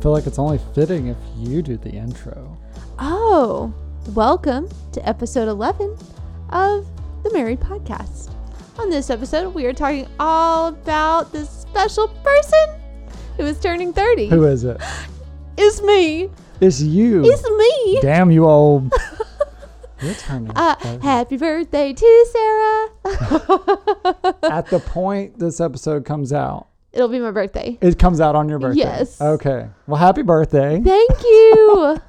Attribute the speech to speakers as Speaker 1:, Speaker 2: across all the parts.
Speaker 1: feel like it's only fitting if you do the intro.
Speaker 2: Oh, welcome to episode 11 of the Married Podcast. On this episode, we are talking all about this special person who is turning 30.
Speaker 1: Who is it?
Speaker 2: It's me.
Speaker 1: It's you.
Speaker 2: It's me.
Speaker 1: Damn you old. You're turning.
Speaker 2: Uh,
Speaker 1: 30.
Speaker 2: happy birthday to Sarah.
Speaker 1: At the point this episode comes out,
Speaker 2: It'll be my birthday.
Speaker 1: it comes out on your birthday.
Speaker 2: Yes.
Speaker 1: Okay. Well, happy birthday
Speaker 2: Thank you.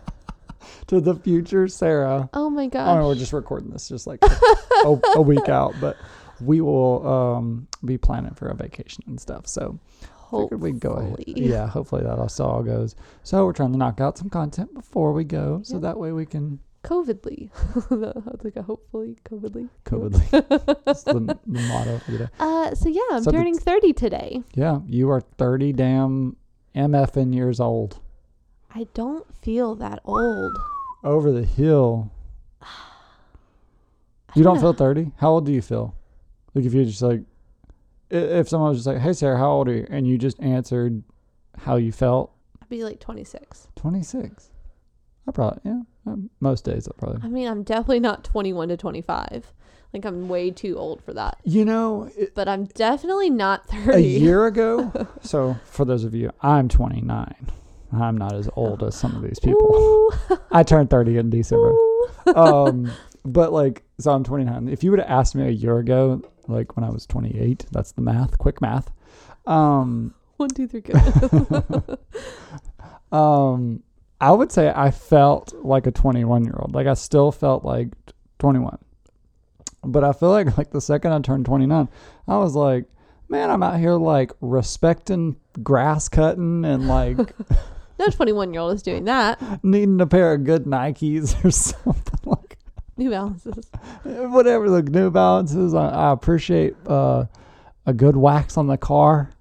Speaker 1: to the future Sarah.
Speaker 2: oh my
Speaker 1: I mean,
Speaker 2: gosh.
Speaker 1: we're just recording this just like a, a week out, but we will um, be planning for a vacation and stuff. So figured we'd go ahead.
Speaker 2: Hopefully.
Speaker 1: Yeah, hopefully that also all goes. So we're trying to knock out some content before we go, so that way we can
Speaker 2: COVIDly. That's like a hopefully COVIDly.
Speaker 1: covidly. That's the, the motto for the day.
Speaker 2: Uh, so yeah, I'm
Speaker 1: So the-
Speaker 2: turning 30 today.
Speaker 1: Yeah, you are thirty damn mfn years old.
Speaker 2: I don't feel that old.
Speaker 1: Over the hill. You don't feel thirty. How old do you feel? Like if you just like, i- if someone was just like, "Hey Sarah, how old are you?" and you just answered how you felt,
Speaker 2: I'd be like 26.
Speaker 1: twenty six. I probably yeah. um, Most days I probably
Speaker 2: I mean, I'm definitely not 21 to 25. Like, I'm way too old for that.
Speaker 1: You know, it,
Speaker 2: But I'm definitely not 30.
Speaker 1: a year ago. so for those of you, I'm 29. I'm not as old as some of these people.
Speaker 2: Ooh,
Speaker 1: I turned 30 in December.
Speaker 2: ooh.
Speaker 1: Um, but like, so I'm 29. If you would have asked me a year ago, like when I was 28, that's the math, quick math. Um,
Speaker 2: One, two, three, go.
Speaker 1: um, I would say I felt like a 21 year old. Like I still felt like 21. But I feel like like the second I turned 29, I was like, man, I'm out here like respecting grass cutting and like
Speaker 2: no 21 year old is doing that.
Speaker 1: needing a pair of good Nikes or something like
Speaker 2: New balances.
Speaker 1: whatever the New Balances. I, I appreciate uh, a good wax on the car.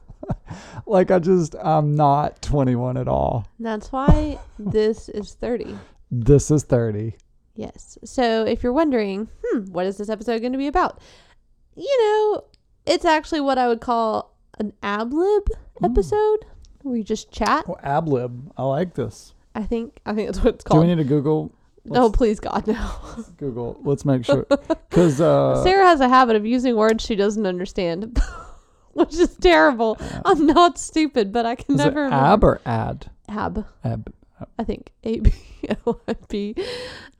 Speaker 1: like I just I'm not 21 at all.
Speaker 2: And that's why this is 30.
Speaker 1: This is 30.
Speaker 2: Yes. So if you're wondering, hmm, what is this episode going to be about? You know, it's actually what I would call an ab lib episode where you just chat.
Speaker 1: Oh, ab lib. I like this.
Speaker 2: I think I think that's what it's
Speaker 1: Do we
Speaker 2: called.
Speaker 1: need to Google?
Speaker 2: No, please God, no.
Speaker 1: Let's Google. Let's make sure because uh,
Speaker 2: Sarah has a habit of using words she doesn't understand, which is terrible. I'm not stupid, but I can
Speaker 1: is it
Speaker 2: never
Speaker 1: ab or ad?
Speaker 2: remember. ab.
Speaker 1: Ab.
Speaker 2: I think A B O I B.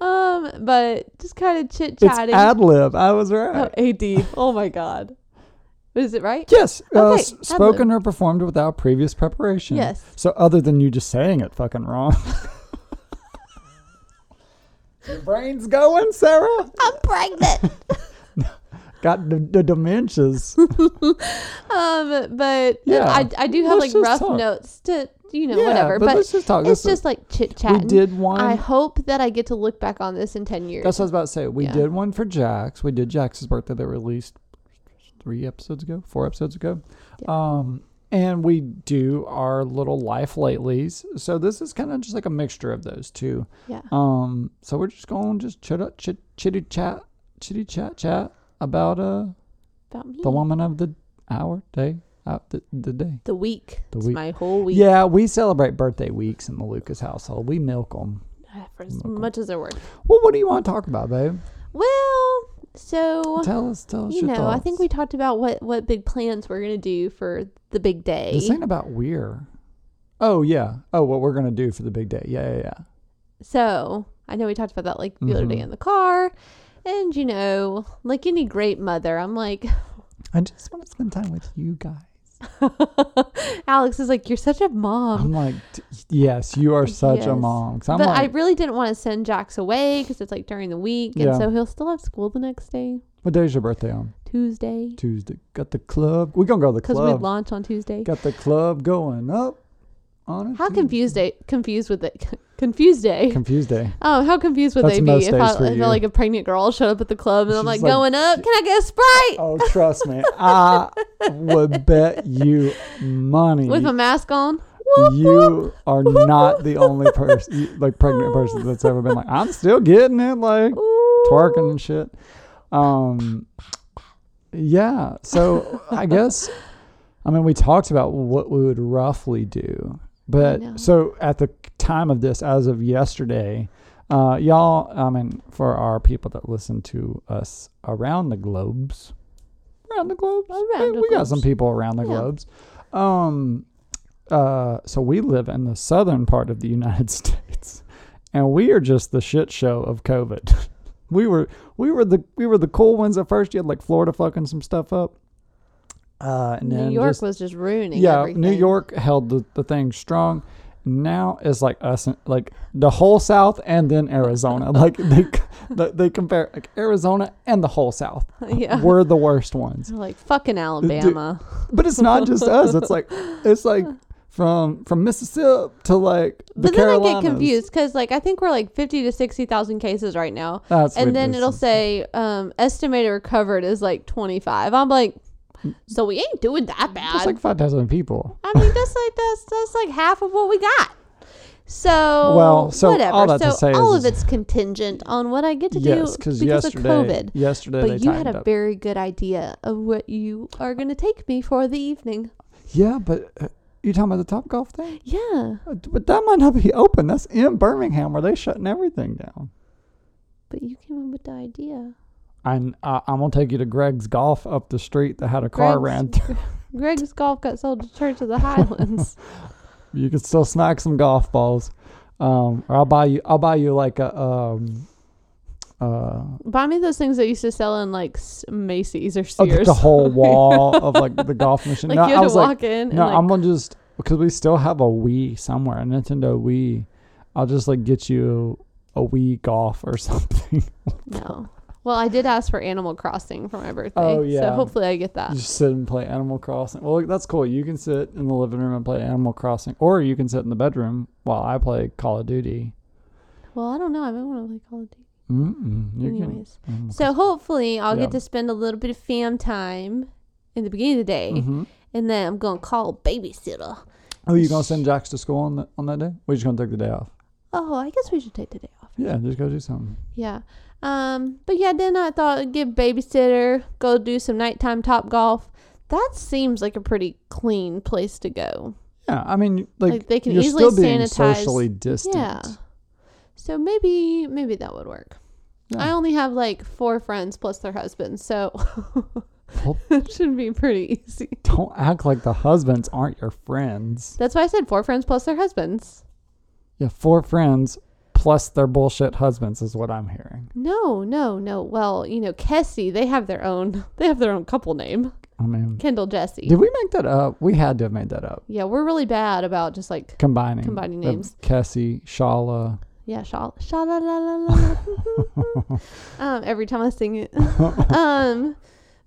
Speaker 2: Um, but just kind of chit
Speaker 1: It's
Speaker 2: chatting.
Speaker 1: ad lib. I was
Speaker 2: Oh,
Speaker 1: right.
Speaker 2: A D. Oh my God. Is it right?
Speaker 1: Yes, uh,
Speaker 2: Okay,
Speaker 1: s-
Speaker 2: ad
Speaker 1: spoken or performed without previous preparation.
Speaker 2: Yes.
Speaker 1: So other than you just saying it fucking wrong. Your brain's going, Sarah.
Speaker 2: I'm pregnant.
Speaker 1: Got the, the dementias.
Speaker 2: um, but
Speaker 1: Yeah.
Speaker 2: I, I do have
Speaker 1: Let's
Speaker 2: like
Speaker 1: just
Speaker 2: rough
Speaker 1: talk.
Speaker 2: notes to you know
Speaker 1: Yeah,
Speaker 2: whatever,
Speaker 1: but
Speaker 2: but,
Speaker 1: let's just talk.
Speaker 2: it's
Speaker 1: This is-
Speaker 2: just like chit
Speaker 1: we
Speaker 2: chatting.
Speaker 1: did one.
Speaker 2: I hope that I get to look back on this in ten years.
Speaker 1: that's what I was about to say. We
Speaker 2: Yeah.
Speaker 1: did one for Jax. We did Jax's birthday that released three episodes ago, four episodes ago. Um, and we do our little life latelys. So this is kind of just like a mixture of those two.
Speaker 2: yeah.
Speaker 1: Um, so we're just going to just chit chit chitty chat chitty chat chat about uh
Speaker 2: About me.
Speaker 1: the woman of the hour day uh, the, the day.
Speaker 2: The week.
Speaker 1: The
Speaker 2: It's
Speaker 1: week.
Speaker 2: my whole week.
Speaker 1: Yeah, we celebrate birthday weeks in the Lucas household. We milk them.
Speaker 2: Ah, For as much as they're worth.
Speaker 1: Well, what do you want to talk about, babe?
Speaker 2: Well, so
Speaker 1: Tell us, tell us
Speaker 2: you
Speaker 1: your
Speaker 2: know,
Speaker 1: thoughts.
Speaker 2: I think we talked about what what big plans we're gonna do for the big day.
Speaker 1: This ain't about we're. Oh yeah. Oh, what we're gonna do for the big day? Yeah, yeah, yeah.
Speaker 2: So I know we talked about that like the other day
Speaker 1: Mhm.
Speaker 2: in the car, and you know, like any great mother, I'm like,
Speaker 1: I just want to spend time with you guys.
Speaker 2: Alex is like, you're such a mom.
Speaker 1: I'm like, "D- yes, you are such a
Speaker 2: Yes.
Speaker 1: mom. 'Cause I'm
Speaker 2: but
Speaker 1: like,
Speaker 2: I really didn't want to send Jax away because it's like during the week, and
Speaker 1: Yeah.
Speaker 2: so he'll still have school the next day,
Speaker 1: what day's your birthday on?
Speaker 2: Tuesday,
Speaker 1: Tuesday. Got the club. We're gonna go to the
Speaker 2: because we
Speaker 1: club.
Speaker 2: launch on Tuesday.
Speaker 1: Got the club going up. On a
Speaker 2: How
Speaker 1: Tuesday.
Speaker 2: confused day? Confused with it? Confused day.
Speaker 1: Confused day.
Speaker 2: Oh, how confused would
Speaker 1: That's
Speaker 2: they be
Speaker 1: most
Speaker 2: if
Speaker 1: days
Speaker 2: I,
Speaker 1: for
Speaker 2: if
Speaker 1: you.
Speaker 2: I, like a pregnant girl showed up at the club and I'm
Speaker 1: She's
Speaker 2: like,
Speaker 1: like,
Speaker 2: going up, can I get a sprite
Speaker 1: Oh, trust me. I would bet you money.
Speaker 2: with my mask on?
Speaker 1: you are not the only person, like pregnant person, that's ever been like, I'm still getting it, like
Speaker 2: Ooh.
Speaker 1: twerking and shit. Um, yeah. So I guess, I mean, we talked about what we would roughly do,
Speaker 2: know.
Speaker 1: But so at the time of this, as of yesterday, uh, y'all, I mean, for our people that listen to us around the globes, around the globes,
Speaker 2: Around
Speaker 1: we,
Speaker 2: the
Speaker 1: we got some
Speaker 2: globes.
Speaker 1: people around the
Speaker 2: Yeah.
Speaker 1: globes. Um, uh, so we live in the southern part of the United States, and we are just the shit show of COVID. we were we were the we were the cool ones at first. You had like Florida fucking some stuff up. Uh, and
Speaker 2: New
Speaker 1: then
Speaker 2: York
Speaker 1: just-
Speaker 2: was just ruining
Speaker 1: yeah,
Speaker 2: everything.
Speaker 1: New York held the, the thing strong. Now it's like us, and- like the whole South, and then Arizona. like they, they they compare like Arizona and the whole South.
Speaker 2: Yeah.
Speaker 1: We're the worst ones.
Speaker 2: Like fucking Alabama.
Speaker 1: But it's not just us. It's like it's like from from Mississippi to like the
Speaker 2: but then I
Speaker 1: Carolinas.
Speaker 2: get confused because, like, I think we're like fifty to sixty thousand cases right now,
Speaker 1: That's
Speaker 2: and then
Speaker 1: ridiculous.
Speaker 2: it'll say um, estimated recovered is like twenty five. I'm like,
Speaker 1: Mm.
Speaker 2: so we ain't doing that
Speaker 1: That's
Speaker 2: bad.
Speaker 1: like five thousand people.
Speaker 2: I mean, that's like that's that's like half of what we got. So
Speaker 1: Well, so
Speaker 2: whatever.
Speaker 1: all that
Speaker 2: so
Speaker 1: to say
Speaker 2: all
Speaker 1: is-
Speaker 2: of it's contingent on what I get to
Speaker 1: yes,
Speaker 2: do
Speaker 1: because
Speaker 2: because
Speaker 1: yesterday,
Speaker 2: of COVID.
Speaker 1: yesterday they
Speaker 2: But you had
Speaker 1: tightened
Speaker 2: a
Speaker 1: up.
Speaker 2: very good idea of what you are going to take me for the evening.
Speaker 1: yeah, but uh, you talking about the Top Golf thing?
Speaker 2: Yeah,
Speaker 1: Uh, But that might not be open. That's in Birmingham where they shutting everything down.
Speaker 2: but you came up with the idea.
Speaker 1: I'm uh, I'm gonna take you to Greg's Golf up the street that had a car
Speaker 2: Greg's-
Speaker 1: ran through.
Speaker 2: Greg's golf got sold to Church of the Highlands.
Speaker 1: You could still snag some golf balls, um, or I'll buy you I'll buy you like a um, uh,
Speaker 2: Buy me those things that used to sell in like S- Macy's or
Speaker 1: I'll get
Speaker 2: Sears.
Speaker 1: Oh, the whole wall of like the golf machine.
Speaker 2: like
Speaker 1: no,
Speaker 2: you
Speaker 1: I
Speaker 2: had
Speaker 1: was
Speaker 2: to
Speaker 1: like,
Speaker 2: walk in.
Speaker 1: no,
Speaker 2: and, like,
Speaker 1: I'm gonna just because we still have a Wii somewhere, a Nintendo Wii. I'll just like get you a Wii golf or something.
Speaker 2: no. Well, I did ask for Animal Crossing for my birthday.
Speaker 1: Oh,
Speaker 2: So
Speaker 1: yeah.
Speaker 2: hopefully I get that.
Speaker 1: You just sit and play Animal Crossing. Well, that's cool. You can sit in the living room and play Animal Crossing, or you can sit in the bedroom while I play Call of Duty.
Speaker 2: Well, I don't know. I might want to play Call of Duty.
Speaker 1: Mm-mm, you can- Mm-hmm.
Speaker 2: Anyways,
Speaker 1: Animal
Speaker 2: so hopefully I'll
Speaker 1: Yeah.
Speaker 2: get to spend a little bit of fam time in the beginning of the day,
Speaker 1: Mhm.
Speaker 2: and then I'm gonna call a babysitter.
Speaker 1: Oh, you gonna send Jax to school on that on that day? We're just gonna take the day off.
Speaker 2: Oh, I guess we should take the day off.
Speaker 1: Yeah, just go do something.
Speaker 2: Yeah. Um, but yeah, then I thought I'd get babysitter, go do some nighttime top golf. That seems like a pretty clean place to go.
Speaker 1: Yeah, I mean, like,
Speaker 2: Like, they can
Speaker 1: you're
Speaker 2: easily
Speaker 1: still being
Speaker 2: sanitize-
Speaker 1: socially distant.
Speaker 2: Yeah. So maybe maybe that would work.
Speaker 1: Yeah.
Speaker 2: I only have like four friends plus their husbands, so
Speaker 1: Well-
Speaker 2: it should be pretty easy.
Speaker 1: Don't act like the husbands aren't your friends.
Speaker 2: That's why I said four friends plus their husbands.
Speaker 1: Yeah, four friends plus their bullshit husbands is what I'm hearing.
Speaker 2: No, no, no. Well, you know, Kessie, they have their own they have their own couple name.
Speaker 1: I mean,
Speaker 2: Kendall Jesse.
Speaker 1: did we make that up? We had to have made that up.
Speaker 2: yeah, we're really bad about just like
Speaker 1: Combining
Speaker 2: Combining
Speaker 1: the
Speaker 2: names.
Speaker 1: Kessie, Shala.
Speaker 2: Yeah, sha sha la la la la. la. um, every time I sing it. um,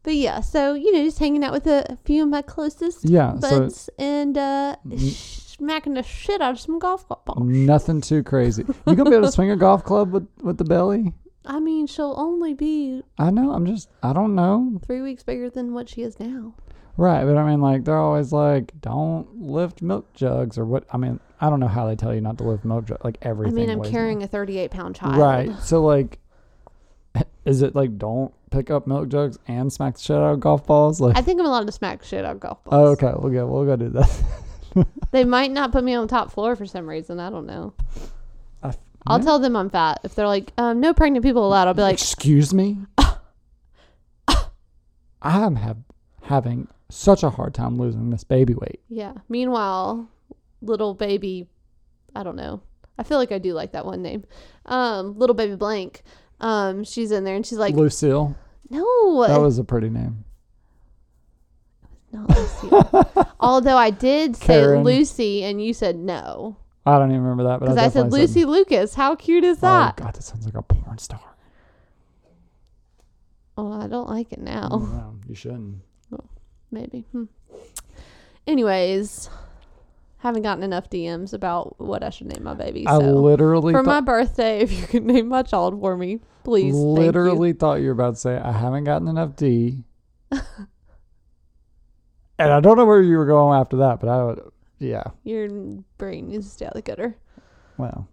Speaker 2: but yeah, so you know, just hanging out with a, a few of my closest
Speaker 1: Yeah, so
Speaker 2: buds and uh, smacking the shit out of some golf balls.
Speaker 1: nothing too crazy. You gonna be able to swing a golf club with with the belly?
Speaker 2: I mean, she'll only be
Speaker 1: I know. I'm just. I don't know.
Speaker 2: three weeks bigger than what she is now.
Speaker 1: Right, but I mean, like they're always like, "Don't lift milk jugs" or what? I mean, I don't know how they tell you not to lift milk jugs. Like
Speaker 2: I
Speaker 1: everything.
Speaker 2: mean, I'm
Speaker 1: weighs
Speaker 2: carrying a 38 pound
Speaker 1: more.
Speaker 2: child.
Speaker 1: Right. So like, is it like don't pick up milk jugs and smack the shit out of golf balls? Like,
Speaker 2: I think I'm allowed to smack shit out of golf
Speaker 1: oh,
Speaker 2: balls.
Speaker 1: okay, we'll go. We'll go do that.
Speaker 2: They might not put me on top floor for some reason. I don't know.
Speaker 1: I,
Speaker 2: I'll
Speaker 1: yeah.
Speaker 2: tell them I'm fat. If they're like, um, no pregnant people allowed, I'll be like,
Speaker 1: Excuse me. I'm have having such a hard time losing this baby weight.
Speaker 2: Yeah. Meanwhile, little baby, I don't know. I feel like I do like that one name. Um, little baby blank. Um, she's in there and she's like,
Speaker 1: Lucille.
Speaker 2: no,
Speaker 1: That was a pretty name.
Speaker 2: not Lucy. Although I did say
Speaker 1: Karen.
Speaker 2: Lucy, and you said no
Speaker 1: I don't even remember that, but
Speaker 2: because I, said
Speaker 1: definitely
Speaker 2: Lucy Lucas. How cute is that?
Speaker 1: Oh God, that sounds like a porn star.
Speaker 2: Oh, I don't like it now.
Speaker 1: No, you shouldn't.
Speaker 2: Maybe. Hmm. Anyways, haven't gotten enough DMs about what I should name my baby.
Speaker 1: I
Speaker 2: So
Speaker 1: literally
Speaker 2: for my
Speaker 1: thought,
Speaker 2: birthday, if you could name my child for me, please. thank you.
Speaker 1: literally thought you were about to say I haven't gotten enough D. and I don't know where you were going after that, but I would yeah.
Speaker 2: Your brain is down the gutter.
Speaker 1: Well,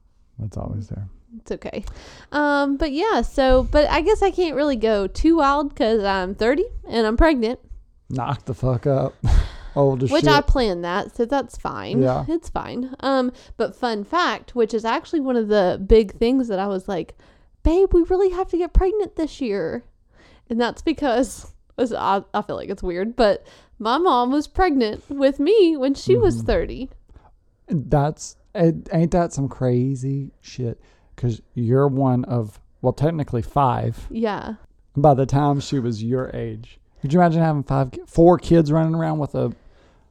Speaker 1: it's always there.
Speaker 2: It's okay. Um, but yeah, so, but I guess I can't really go too wild because I'm 30 and I'm pregnant.
Speaker 1: Knock the fuck up. old as
Speaker 2: which
Speaker 1: shit.
Speaker 2: I planned that, so that's fine.
Speaker 1: Yeah.
Speaker 2: It's fine. Um, but fun fact, which is actually one of the big things that I was like, babe, we really have to get pregnant this year. And that's because this- I, I feel like it's weird, but my mom was pregnant with me when she
Speaker 1: Mm-hmm.
Speaker 2: was 30.
Speaker 1: That's it, ain't that some crazy shit? Because you're one of well, technically five.
Speaker 2: Yeah.
Speaker 1: By the time she was your age, could you imagine having five, ki- four kids running around with a?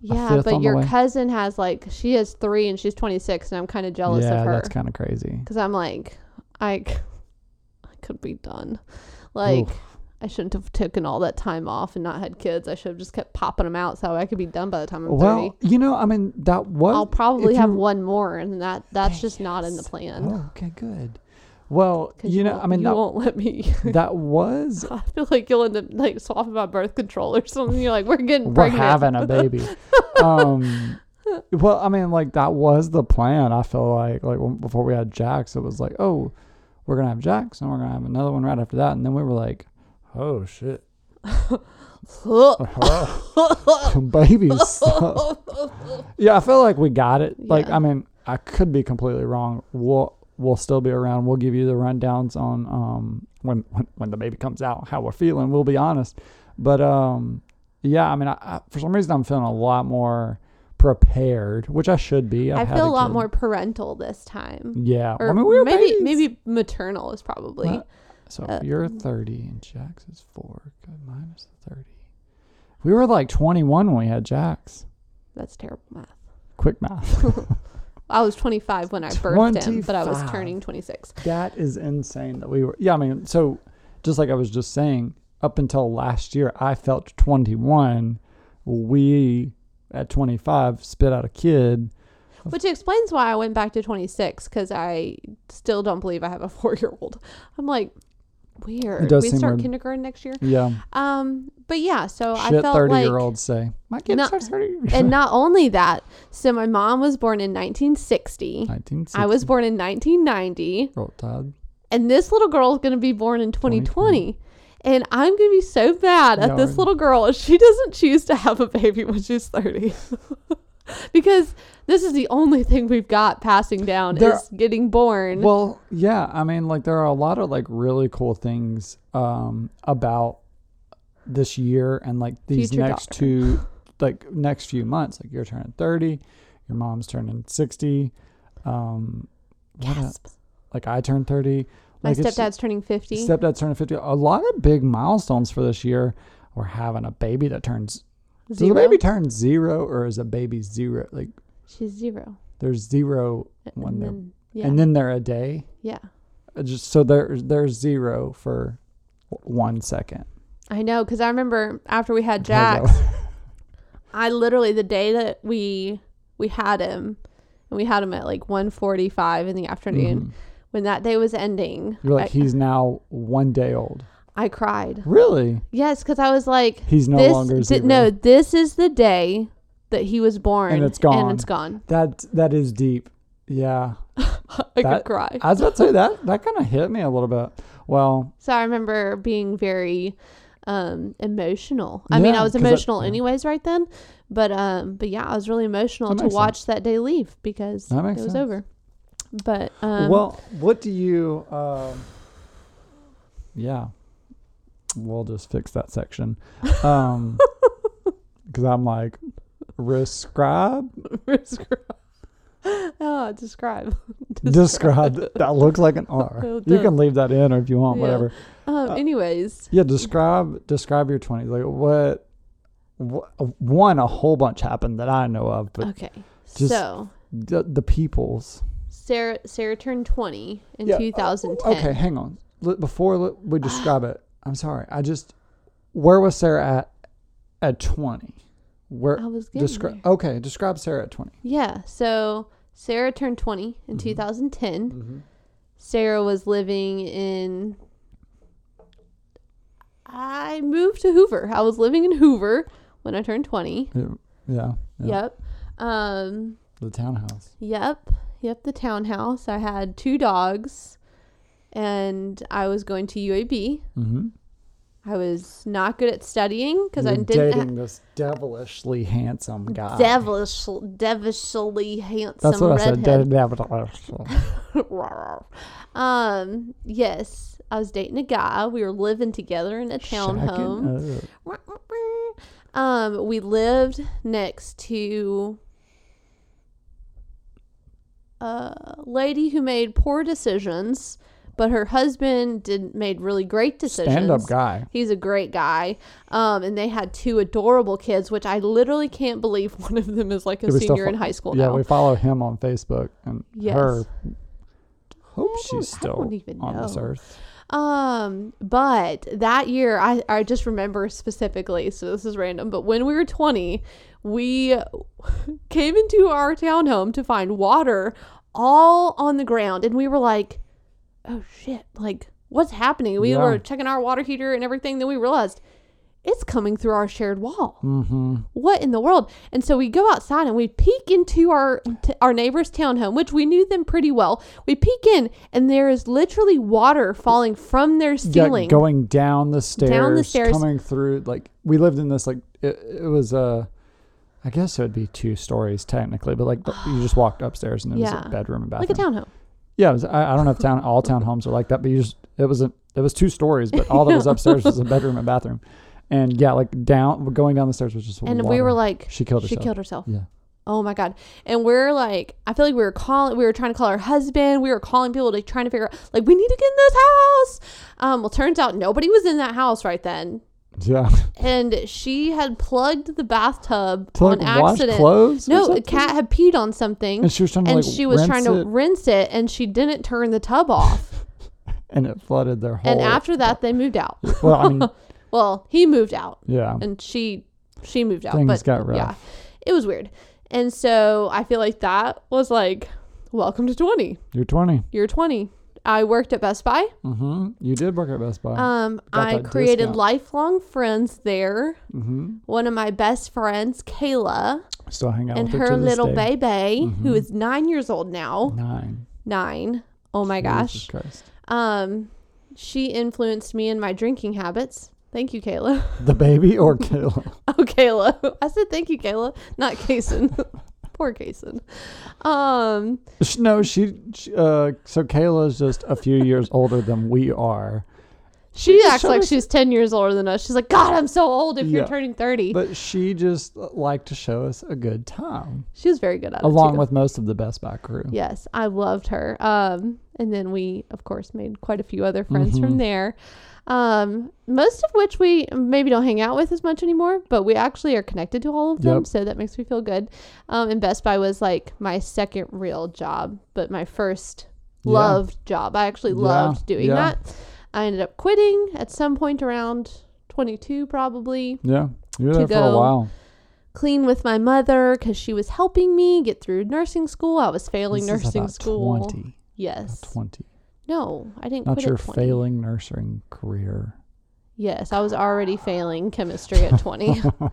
Speaker 2: Yeah,
Speaker 1: fifth
Speaker 2: but
Speaker 1: on the
Speaker 2: your
Speaker 1: way.
Speaker 2: cousin has like, she has three and she's 26, and I'm kind of jealous
Speaker 1: yeah,
Speaker 2: of her.
Speaker 1: that's kind of crazy.
Speaker 2: because I'm like, I, c- I could be done. Like, I shouldn't have taken all that time off and not had kids. I should have just kept popping them out so I could be done by the time I'm
Speaker 1: Well,
Speaker 2: 30.
Speaker 1: you know, I mean, that was.
Speaker 2: I'll probably have
Speaker 1: you-
Speaker 2: one more, and that that's just not in the plan.
Speaker 1: Oh, okay, good. Well,
Speaker 2: 'Cause
Speaker 1: you, know,
Speaker 2: won't-
Speaker 1: I mean,
Speaker 2: you
Speaker 1: that,
Speaker 2: won't let me.
Speaker 1: that was.
Speaker 2: I feel like you'll end up like swapping my birth control or something. You're like, we're getting
Speaker 1: We're
Speaker 2: pregnant.
Speaker 1: having a baby. um, well, I mean, like that was the plan. I feel like, like when, before we had Jax, it was like, oh, we're gonna have Jax, and we're gonna have another one right after that, and then we were like, oh shit, babies. suck. Uh-huh. yeah, I feel like we got it. Like,
Speaker 2: Yeah.
Speaker 1: I mean, I could be completely wrong. We'll we'll still be around. We'll give you the rundowns on um when when, when the baby comes out, how we're feeling. We'll be honest, but um yeah, I mean, I, I, for some reason, I'm feeling a lot more prepared, which I should be.
Speaker 2: I
Speaker 1: I've had
Speaker 2: feel a lot
Speaker 1: kid.
Speaker 2: more parental this time.
Speaker 1: Yeah,
Speaker 2: Or
Speaker 1: I mean, we were
Speaker 2: maybe
Speaker 1: babies.
Speaker 2: maybe uh, maternal is probably.
Speaker 1: Well, So if you're 30 and Jax is four. Good minus the 30. We were like 21 when we had Jax.
Speaker 2: That's terrible math.
Speaker 1: Quick math.
Speaker 2: I was 25 when I birthed him, but I was
Speaker 1: 25.
Speaker 2: turning 26.
Speaker 1: that is insane that we were. Yeah, I mean, so just like I was just saying, up until last year, I felt 21. We at 25 spit out a kid.
Speaker 2: Which explains why I went back to 26 because I still don't believe I have a four year old. I'm like, weird.
Speaker 1: It does
Speaker 2: we
Speaker 1: seem
Speaker 2: start
Speaker 1: weird.
Speaker 2: kindergarten next year.
Speaker 1: Yeah,
Speaker 2: Um, but yeah, so I
Speaker 1: shit.
Speaker 2: felt
Speaker 1: 30
Speaker 2: like.
Speaker 1: year olds say my kid
Speaker 2: No-
Speaker 1: starts 30.
Speaker 2: And not only that, so my mom was born in 1960.
Speaker 1: 1960.
Speaker 2: I was born in 1990.
Speaker 1: Roll Tide.
Speaker 2: And this little girl is going to be born in 2020. And I'm going to be so bad at this
Speaker 1: Yarn.
Speaker 2: little girl if she doesn't choose to have a baby when she's 30. because this is the only thing we've got passing down
Speaker 1: There-
Speaker 2: is getting born.
Speaker 1: Well, yeah, I mean, like there are a lot of like really cool things um, about this year and like these
Speaker 2: Future
Speaker 1: next
Speaker 2: daughter.
Speaker 1: two, like next few months. Like you're turning thirty, your mom's turning sixty. Um, what else?
Speaker 2: Gasp.
Speaker 1: like I turned thirty.
Speaker 2: My
Speaker 1: Like it's-
Speaker 2: stepdad's turning 50.
Speaker 1: stepdad's turning fifty. A lot of big milestones for this year. We're having a baby that turns.
Speaker 2: zero.
Speaker 1: Does a baby turn zero or is a baby zero? Like
Speaker 2: She's zero.
Speaker 1: there's zero
Speaker 2: And
Speaker 1: when they're
Speaker 2: then- yeah.
Speaker 1: and then they're a day.
Speaker 2: yeah.
Speaker 1: Uh, just so there's there's zero for w- one second.
Speaker 2: I know. Because I remember after we had
Speaker 1: How's
Speaker 2: Jax,
Speaker 1: that work?
Speaker 2: I literally the day that we we had him and we had him at like 1:45 in the afternoon when that day was ending
Speaker 1: Mm-hmm. You're like
Speaker 2: I,
Speaker 1: he's now one day old.
Speaker 2: I cried
Speaker 1: Really?
Speaker 2: yes cuz I was like
Speaker 1: He's no
Speaker 2: this
Speaker 1: longer
Speaker 2: di-
Speaker 1: zero.
Speaker 2: no this is the day that he was born
Speaker 1: And it's gone.
Speaker 2: and it's gone
Speaker 1: That that is deep. Yeah.
Speaker 2: I
Speaker 1: That-
Speaker 2: could cry
Speaker 1: I was about to say that that kind of hit me a little bit. Well,
Speaker 2: so I remember being very um emotional I mean
Speaker 1: Yeah,
Speaker 2: I was
Speaker 1: 'cause that-
Speaker 2: emotional
Speaker 1: yeah.
Speaker 2: anyways right then but um but yeah I was really emotional
Speaker 1: That
Speaker 2: to
Speaker 1: makes
Speaker 2: watch that day leave because it
Speaker 1: That makes
Speaker 2: was
Speaker 1: sense.
Speaker 2: over but um
Speaker 1: well, what do you? Um, yeah, we'll just fix that section. Um, because I'm like, prescribe,
Speaker 2: Describe. Oh, describe.
Speaker 1: describe. That looks like an R.
Speaker 2: Well
Speaker 1: You
Speaker 2: done.
Speaker 1: can leave that in, or if you want,
Speaker 2: Yeah.
Speaker 1: whatever.
Speaker 2: Um,
Speaker 1: Uh,
Speaker 2: anyways,
Speaker 1: Yeah, describe describe your twenties. Like what, wh- One, a whole bunch happened that I know of, but
Speaker 2: okay.
Speaker 1: just-
Speaker 2: so
Speaker 1: the, the peoples.
Speaker 2: Sarah Sarah turned twenty in
Speaker 1: Yeah, uh,
Speaker 2: 2010.
Speaker 1: Okay, hang on. L- Before l- we
Speaker 2: Ah.
Speaker 1: describe it, I'm sorry. I just where was Sarah at at twenty? Where
Speaker 2: I was getting
Speaker 1: describe?
Speaker 2: Oh, there.
Speaker 1: Okay, describe Sarah at twenty.
Speaker 2: Yeah. So Sarah turned twenty
Speaker 1: Mm-hmm.
Speaker 2: in 2010. Sarah was living in. I moved to Hoover. I was living in Hoover when I turned twenty.
Speaker 1: Yeah, yeah,
Speaker 2: Yep. Um.
Speaker 1: the townhouse.
Speaker 2: Yep. Yep, the townhouse. I had two dogs and I was going to UAB
Speaker 1: Mm-hmm.
Speaker 2: I was not good at studying because I
Speaker 1: You're
Speaker 2: didn't
Speaker 1: dating this devilishly handsome guy.
Speaker 2: have devilish, devilishly handsome
Speaker 1: That's what I said.
Speaker 2: redhead.
Speaker 1: de- Devilish.
Speaker 2: Rawr. um, yes, I was dating a guy. We were living together in a townhome.
Speaker 1: Shacking up.
Speaker 2: Rawr, rawr, rawr. Um, we lived next to a lady who made poor decisions, but her husband did made really great decisions.
Speaker 1: Stand up guy.
Speaker 2: He's a great guy. Um, and they had two adorable kids, which I literally can't believe one of them is like a
Speaker 1: Yeah, we still
Speaker 2: senior in
Speaker 1: fo-
Speaker 2: high school
Speaker 1: Yeah,
Speaker 2: now.
Speaker 1: we follow him on Facebook and
Speaker 2: Yes.
Speaker 1: her. Hope
Speaker 2: don't-
Speaker 1: she's
Speaker 2: I
Speaker 1: still
Speaker 2: don't even
Speaker 1: on this
Speaker 2: know.
Speaker 1: earth.
Speaker 2: Um, but that year, I, I just remember specifically, so this is random, but when we were 20, we came into our townhome to find water all on the ground. And we were like, oh shit, like what's happening? We
Speaker 1: Yeah.
Speaker 2: were checking our water heater and everything. Then we realized it's coming through our shared wall.
Speaker 1: Mm-hmm.
Speaker 2: What in the world? And so we go outside and we peek into our t- our neighbor's townhome, which we knew them pretty well. We peek in, and there is literally water falling from their
Speaker 1: Yeah,
Speaker 2: ceiling.
Speaker 1: going down the stairs,
Speaker 2: stairs.
Speaker 1: coming through. Like we lived in this. Like it, it was Uh, I guess it would be two stories technically, but like the- you just walked upstairs and it was
Speaker 2: Yeah.
Speaker 1: a bedroom and bathroom.
Speaker 2: like a townhome.
Speaker 1: Yeah, it was, I, I don't know if town all townhomes are like that, but you just it was a, it was two stories, but all that was upstairs was a bedroom and bathroom, and yeah, like down going down the stairs was just.
Speaker 2: And we
Speaker 1: water.
Speaker 2: were like,
Speaker 1: she killed
Speaker 2: she
Speaker 1: herself.
Speaker 2: killed herself.
Speaker 1: Yeah.
Speaker 2: Oh my god! And we're like, I feel like we were calling, we were trying to call her husband. We were calling people, like trying to figure out, like we need to get in this house. Um, well, turns out nobody was in that house right then,
Speaker 1: Yeah.
Speaker 2: and she had plugged the bathtub
Speaker 1: To like
Speaker 2: on
Speaker 1: wash
Speaker 2: accident.
Speaker 1: clothes. or
Speaker 2: No, the
Speaker 1: something?
Speaker 2: cat had peed on something,
Speaker 1: And she was trying to
Speaker 2: and
Speaker 1: like
Speaker 2: she was trying
Speaker 1: rinse
Speaker 2: to
Speaker 1: it,
Speaker 2: rinse it, and she didn't turn the tub off.
Speaker 1: and it flooded their whole.
Speaker 2: and after that, they moved out.
Speaker 1: well, I mean,
Speaker 2: Well, he moved out,
Speaker 1: yeah,
Speaker 2: and she she moved out.
Speaker 1: Things
Speaker 2: but
Speaker 1: got rough.
Speaker 2: yeah, it was weird. And so I feel like that was like, welcome to twenty.
Speaker 1: you're 20.
Speaker 2: You're twenty. I worked at Best Buy.
Speaker 1: Mm-hmm. You did work at Best Buy.
Speaker 2: Um,
Speaker 1: Got
Speaker 2: I
Speaker 1: that
Speaker 2: created
Speaker 1: discount.
Speaker 2: lifelong friends there.
Speaker 1: mm-hmm.
Speaker 2: One of my best friends, Kayla,
Speaker 1: Still hang out
Speaker 2: and
Speaker 1: with her,
Speaker 2: her
Speaker 1: to this
Speaker 2: little
Speaker 1: day. Mm-hmm.
Speaker 2: baby, who is nine years old now.
Speaker 1: Nine.
Speaker 2: Nine. Oh my
Speaker 1: Jesus
Speaker 2: gosh.
Speaker 1: Christ.
Speaker 2: Um, she influenced me in my drinking habits. Thank you, Kayla.
Speaker 1: The baby or Kayla?
Speaker 2: Oh, Kayla. I said thank you, Kayla, not Kason. Poor Kason. Um,
Speaker 1: Sh- no, she. she uh, so Kayla's just a few years older than we are,
Speaker 2: she
Speaker 1: just
Speaker 2: acts
Speaker 1: showed
Speaker 2: like
Speaker 1: us-
Speaker 2: she's 10 years older than us. She's like, God, I'm so old if you're
Speaker 1: Yeah.
Speaker 2: turning 30.
Speaker 1: but she just uh, liked to show us a good time,
Speaker 2: she was very good at it.
Speaker 1: along
Speaker 2: too.
Speaker 1: with most of the Best Buy crew.
Speaker 2: Yes, I loved her. Um, and then we, of course, made quite a few other friends
Speaker 1: Mm-hmm.
Speaker 2: from there. Um, most of which we maybe don't hang out with as much anymore, but we actually are connected to all of them,
Speaker 1: Yep.
Speaker 2: so that makes me feel good. Um, and Best Buy was like my second real job, but my first
Speaker 1: Yeah.
Speaker 2: loved job. I actually
Speaker 1: Yeah,
Speaker 2: loved doing
Speaker 1: yeah.
Speaker 2: that. I ended up quitting at some point around 22, probably
Speaker 1: Yeah, you were
Speaker 2: To
Speaker 1: there for a
Speaker 2: go.
Speaker 1: while.
Speaker 2: clean with my mother because she was helping me get through nursing school. I was failing
Speaker 1: This is
Speaker 2: nursing
Speaker 1: about
Speaker 2: school.
Speaker 1: 20.
Speaker 2: Yes.
Speaker 1: Twenty.
Speaker 2: No, I didn't.
Speaker 1: Not
Speaker 2: quit
Speaker 1: your
Speaker 2: at 20.
Speaker 1: failing nursing career.
Speaker 2: Yes, I was already failing chemistry at twenty.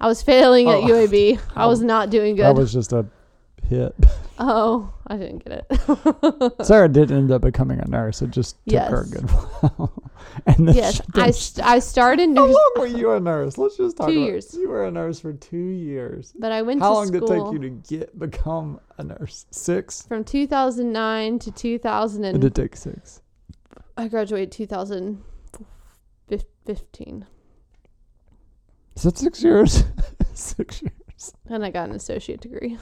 Speaker 2: I was failing at UAB. I was not doing
Speaker 1: Oh, um, That
Speaker 2: good.
Speaker 1: was just a hit.
Speaker 2: oh, I didn't get it.
Speaker 1: Sarah did end up becoming a nurse. It just took her a
Speaker 2: Yes.
Speaker 1: good while. and then
Speaker 2: yes,
Speaker 1: she
Speaker 2: I
Speaker 1: didn't-
Speaker 2: st- I started
Speaker 1: How
Speaker 2: nurse,
Speaker 1: long were you a nurse? Let's just talk
Speaker 2: Two
Speaker 1: about
Speaker 2: years.
Speaker 1: You were a nurse for two years.
Speaker 2: but I went
Speaker 1: How
Speaker 2: to
Speaker 1: long
Speaker 2: school
Speaker 1: did it take you to get become a nurse? Six.
Speaker 2: from 2009 to 2000.
Speaker 1: It
Speaker 2: And
Speaker 1: did take six.
Speaker 2: I graduated 2015,
Speaker 1: Is that six years? six years.
Speaker 2: and I got an associate degree.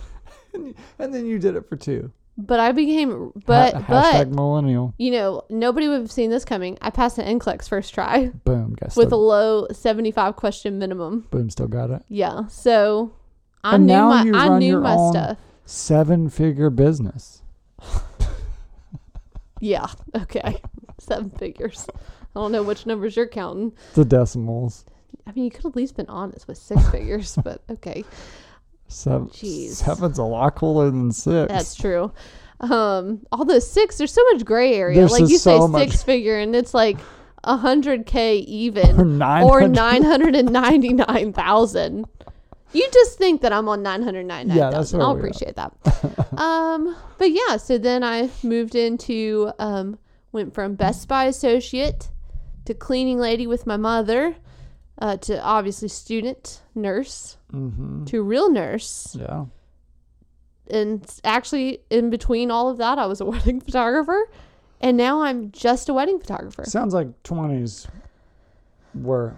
Speaker 1: And, you- and then you did it for two.
Speaker 2: But I became, but
Speaker 1: Ha- hashtag
Speaker 2: but
Speaker 1: millennial.
Speaker 2: you know, nobody would have seen this coming. I passed an NCLEX E first try
Speaker 1: Boom. Guess
Speaker 2: with a
Speaker 1: still,
Speaker 2: low 75 question minimum.
Speaker 1: boom. Still got it.
Speaker 2: Yeah. So I
Speaker 1: And
Speaker 2: knew
Speaker 1: now
Speaker 2: my
Speaker 1: you
Speaker 2: I
Speaker 1: run
Speaker 2: knew
Speaker 1: your
Speaker 2: my
Speaker 1: own-
Speaker 2: stuff.
Speaker 1: Seven figure business.
Speaker 2: Yeah. Okay. Seven figures. I don't know which numbers you're counting.
Speaker 1: The decimals.
Speaker 2: I mean, you could at least been honest with six figures, but okay,
Speaker 1: Seven.
Speaker 2: Jeez.
Speaker 1: Seven's a lot cooler than six.
Speaker 2: that's true. Um, although six, there's so much gray area.
Speaker 1: There's
Speaker 2: like
Speaker 1: just
Speaker 2: you say,
Speaker 1: so much-
Speaker 2: six figure, and it's like a hundred k even,
Speaker 1: nine.
Speaker 2: or nine hundred and ninety nine thousand. You just think that I'm on nine hundred ninety nine
Speaker 1: Yeah, that's
Speaker 2: thousand.
Speaker 1: where
Speaker 2: I'll
Speaker 1: we're at.
Speaker 2: appreciate that. um, but yeah, so then I moved into um, went from Best Buy associate to cleaning lady with my mother, uh, to obviously student, nurse,
Speaker 1: Mm-hmm.
Speaker 2: to real nurse.
Speaker 1: Yeah.
Speaker 2: And actually, in between all of that, I was a wedding photographer. And now I'm just a wedding photographer.
Speaker 1: Sounds like 20s were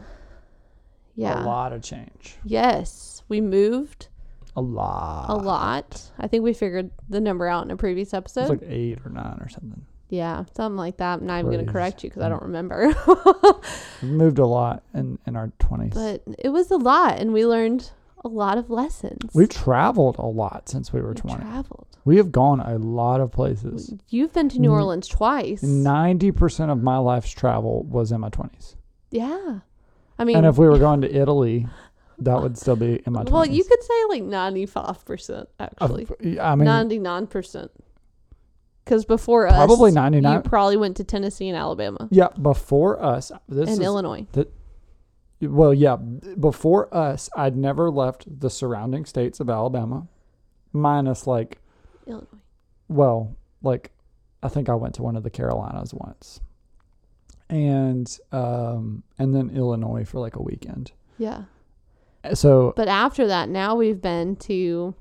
Speaker 2: yeah.
Speaker 1: a lot of change.
Speaker 2: Yes. We moved
Speaker 1: A lot.
Speaker 2: a lot. I think we figured the number out in a previous episode.
Speaker 1: It's like eight or nine or something.
Speaker 2: yeah, something like that. I'm not even going
Speaker 1: Crazy.
Speaker 2: to correct you because I don't remember.
Speaker 1: We moved a lot in, in our 20s.
Speaker 2: but it was a lot, and we learned a lot of lessons.
Speaker 1: We've traveled a lot since we were
Speaker 2: We
Speaker 1: 20.
Speaker 2: traveled.
Speaker 1: we have gone a lot of places.
Speaker 2: You've been to New
Speaker 1: Mm.
Speaker 2: Orleans twice.
Speaker 1: 90% of my life's travel was in my 20s.
Speaker 2: yeah. I mean,
Speaker 1: And if we were going to Italy, that would still be in my 20s.
Speaker 2: well, you could say like 95%, actually.
Speaker 1: could. I mean,
Speaker 2: 99%. Because before us,
Speaker 1: Probably
Speaker 2: You
Speaker 1: 99.
Speaker 2: probably went to Tennessee and Alabama
Speaker 1: yeah, before us, this
Speaker 2: and
Speaker 1: is
Speaker 2: Illinois.
Speaker 1: Well, yeah. b- Before us, I'd never left the surrounding states of Alabama, minus like,
Speaker 2: Illinois.
Speaker 1: well, like, I think I went to one of the Carolinas once, and um, and then Illinois for like a weekend.
Speaker 2: Yeah.
Speaker 1: So
Speaker 2: But after that, now we've been to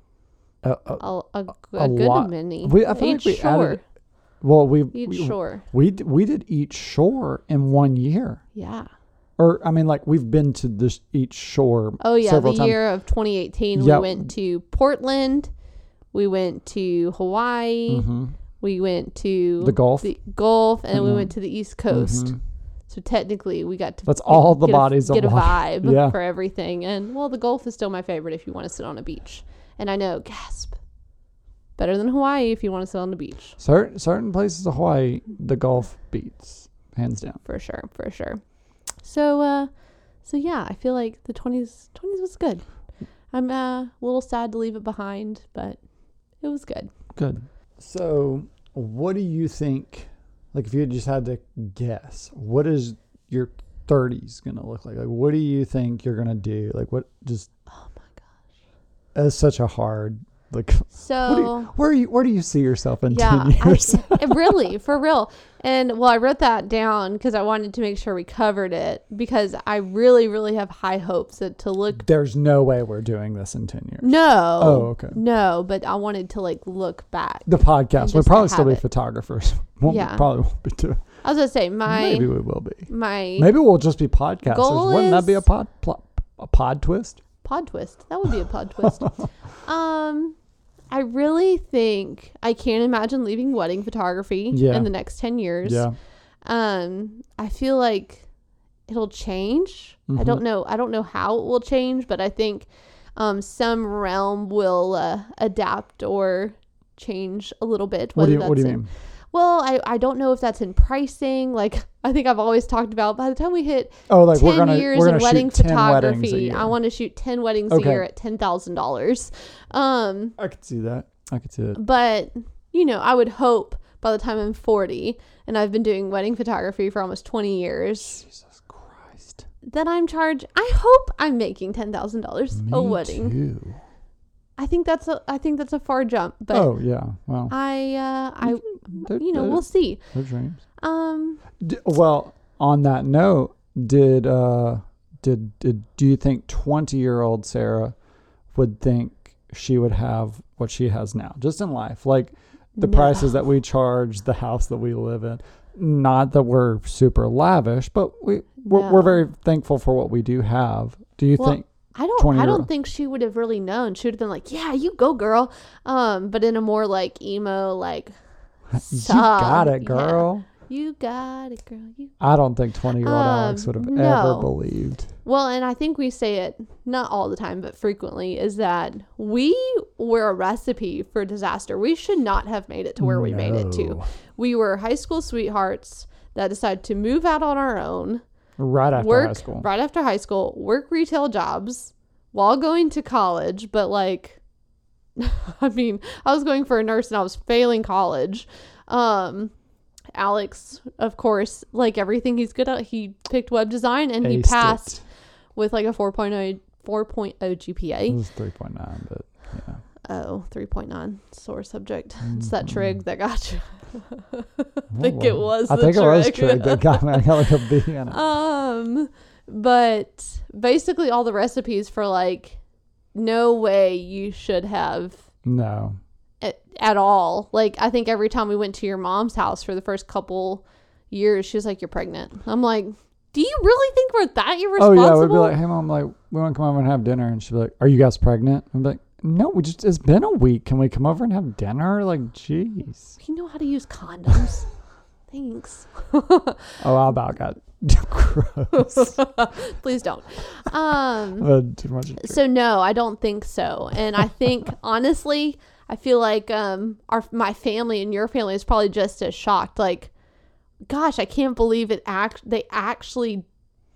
Speaker 1: uh, uh,
Speaker 2: a, a, a,
Speaker 1: a
Speaker 2: good
Speaker 1: lot.
Speaker 2: many.
Speaker 1: We- I feel like
Speaker 2: each
Speaker 1: we
Speaker 2: shore.
Speaker 1: added- well, we
Speaker 2: each
Speaker 1: we,
Speaker 2: shore.
Speaker 1: we d- we did each shore in one year,
Speaker 2: Yeah.
Speaker 1: or I mean, like we've been to this each shore.
Speaker 2: Oh yeah,
Speaker 1: several
Speaker 2: the
Speaker 1: times.
Speaker 2: year of 2018
Speaker 1: Yeah.
Speaker 2: we went to Portland, we went to Hawaii,
Speaker 1: Mhm.
Speaker 2: we went to
Speaker 1: The Gulf.
Speaker 2: the Gulf and we
Speaker 1: Mhm.
Speaker 2: went to the East Coast.
Speaker 1: Mhm.
Speaker 2: So technically, we got to
Speaker 1: That's all the
Speaker 2: get
Speaker 1: bodies
Speaker 2: a,
Speaker 1: of
Speaker 2: get a
Speaker 1: water.
Speaker 2: vibe
Speaker 1: Yeah.
Speaker 2: for everything. And well, the Gulf is still my favorite if you want to sit on a beach. And I know, gasp. Better than Hawaii if you want to sit on the beach.
Speaker 1: Certain certain places of Hawaii, the Gulf beats hands down.
Speaker 2: For sure, for sure. So uh so yeah, I feel like the 20s 20s was good. I'm uh, a little sad to leave it behind, but it was good.
Speaker 1: Good. So, what do you think? Like, if you just had to guess, what is your 30s going to look like? Like, what do you think you're going to do? Like, what just.
Speaker 2: Oh my god.
Speaker 1: That's such a hard. Like, what do you,
Speaker 2: So
Speaker 1: where, you, where do you see yourself in 10
Speaker 2: I- eh,
Speaker 1: years?
Speaker 2: really, for real. And well, I wrote that down because I wanted to make sure we covered it because I really, really have high hopes that to look.
Speaker 1: There's no way we're doing this in 10 years.
Speaker 2: Mm, No.
Speaker 1: Oh, okay.
Speaker 2: No, but I wanted to like look back.
Speaker 1: The podcast, we'll
Speaker 2: Just to
Speaker 1: probably still
Speaker 2: have
Speaker 1: be
Speaker 2: it.
Speaker 1: photographers. Won't
Speaker 2: Yeah.
Speaker 1: be, probably won't be too.
Speaker 2: I was gonna say my
Speaker 1: Maybe we will be.
Speaker 2: my
Speaker 1: Maybe we'll just be podcasters.
Speaker 2: Goal
Speaker 1: Wouldn't that be a
Speaker 2: is-
Speaker 1: pod, pl- a pod twist?
Speaker 2: pod twist. That would be a pod twist. Um, I really think I can't imagine leaving wedding photography
Speaker 1: Yeah.
Speaker 2: in the next ten years.
Speaker 1: Yeah.
Speaker 2: um i feel like it'll change i
Speaker 1: Mhm.
Speaker 2: don't know i don't know how it will change but i think um some realm will uh, adapt or change a little bit
Speaker 1: What do you,
Speaker 2: whether
Speaker 1: what do you
Speaker 2: that's in-
Speaker 1: mean?
Speaker 2: well I, I don't know if that's in pricing like i think i've always talked about by the time we hit
Speaker 1: Oh, like
Speaker 2: 10
Speaker 1: we're gonna
Speaker 2: years
Speaker 1: we're
Speaker 2: in
Speaker 1: gonna
Speaker 2: wedding
Speaker 1: shoot 10 weddings a
Speaker 2: photography
Speaker 1: year.
Speaker 2: i want to shoot 10 weddings
Speaker 1: Okay.
Speaker 2: a year at $10000 um
Speaker 1: I could see that. I could see that.
Speaker 2: but you know i would hope by the time i'm 40 and i've been doing wedding photography for almost 20 years
Speaker 1: Jesus Christ.
Speaker 2: that I'm charged. I hope I'm making ten thousand dollars a wedding.
Speaker 1: Too.
Speaker 2: I think that's a I think that's a far jump, but
Speaker 1: oh yeah. Well,
Speaker 2: I uh, I
Speaker 1: they're-
Speaker 2: you know
Speaker 1: they're-
Speaker 2: we'll see.
Speaker 1: they're dreams.
Speaker 2: Um,
Speaker 1: D- well, on that note, did uh did, did do you think twenty year old Sarah would think she would have what she has now, just in life, like the
Speaker 2: No.
Speaker 1: prices that we charge, the house that we live in. Not that we're super lavish, but we we're,
Speaker 2: No.
Speaker 1: we're very thankful for what we do have. Do you
Speaker 2: Well,
Speaker 1: think?
Speaker 2: I don't
Speaker 1: 20
Speaker 2: I
Speaker 1: euro.
Speaker 2: don't think she would have really known. She would have been like, "Yeah, you go, girl," um, but in a more like emo like.
Speaker 1: you
Speaker 2: sob.
Speaker 1: got
Speaker 2: Yeah.
Speaker 1: it, girl.
Speaker 2: You got it, girl. You
Speaker 1: I don't think 20 year old
Speaker 2: Um,
Speaker 1: Alex would have
Speaker 2: no.
Speaker 1: ever believed.
Speaker 2: Well, and I think we say it not all the time, but frequently is that we were a recipe for disaster. We should not have made it to where we made it to.
Speaker 1: No.
Speaker 2: We were high school sweethearts that decided to move out on our own,
Speaker 1: Right after
Speaker 2: work
Speaker 1: high school.
Speaker 2: right after high school, work retail jobs while going to college, but like I mean, I was going for a nurse and I was failing college. Um Alex, of course, like everything he's good at, he picked web design and he
Speaker 1: Aced it.
Speaker 2: passed with like a oh, 4.0 4.0
Speaker 1: It
Speaker 2: GPA.
Speaker 1: was 3.9, but yeah. mm-hmm.
Speaker 2: Oh, 3.9 sore subject. It's that trig that got you. I think it was
Speaker 1: I
Speaker 2: the
Speaker 1: think it was
Speaker 2: trick.
Speaker 1: trick that got me. I got like a B in it.
Speaker 2: Um, but basically all the recipes for like no way you should have
Speaker 1: No.
Speaker 2: at, at all. Like I think every time we went to your mom's house for the first couple years, she was like, "You're pregnant." I'm like, "Do you really think we're that
Speaker 1: Oh
Speaker 2: irresponsible?"
Speaker 1: yeah, we'd be like, hey mom, like we want to come over and have dinner, and she'd be like, are you guys pregnant? I'm like, no, we just it's been a week. Can we come over and have dinner? Like, jeez.
Speaker 2: you know how to use condoms. Thanks.
Speaker 1: Oh, I about got gross.
Speaker 2: Please don't. Um,
Speaker 1: Uh, too much.
Speaker 2: So no, I don't think so. And I think honestly, I feel like um our my family and your family is probably just as shocked. Like, gosh, I can't believe it act they actually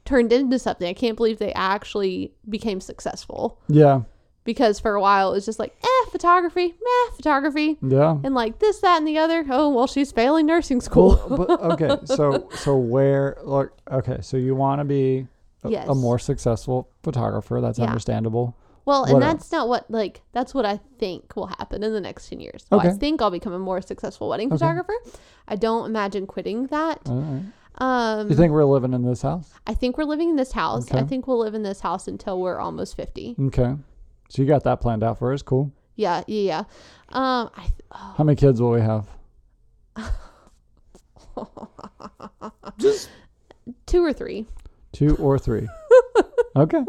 Speaker 2: turned into something. I can't believe they actually became successful.
Speaker 1: Yeah,
Speaker 2: Because for a while it was just like, eh, photography, meh, photography.
Speaker 1: yeah.
Speaker 2: And like this, that, and the other. Oh well she's failing nursing school.
Speaker 1: Well, but okay, so so where like okay, so you want to be a,
Speaker 2: Yes.
Speaker 1: a more successful photographer? That's
Speaker 2: Yeah.
Speaker 1: understandable.
Speaker 2: Well, and
Speaker 1: What
Speaker 2: that's not what like that's what I think will happen in the next ten years. So I
Speaker 1: Okay.
Speaker 2: think I'll become a more successful wedding
Speaker 1: Okay.
Speaker 2: photographer. I don't imagine quitting that.
Speaker 1: All right.
Speaker 2: Um,
Speaker 1: Uh, You think we're living in this house?
Speaker 2: I think we're living in this house. I
Speaker 1: Okay. Mm.
Speaker 2: think we'll live in this house until we're almost fifty.
Speaker 1: Okay, so you got that planned out for us. Cool.
Speaker 2: Yeah, yeah, yeah. Um, I th- oh,
Speaker 1: How many kids will we have?
Speaker 2: oh. two or three,
Speaker 1: Two or three? okay,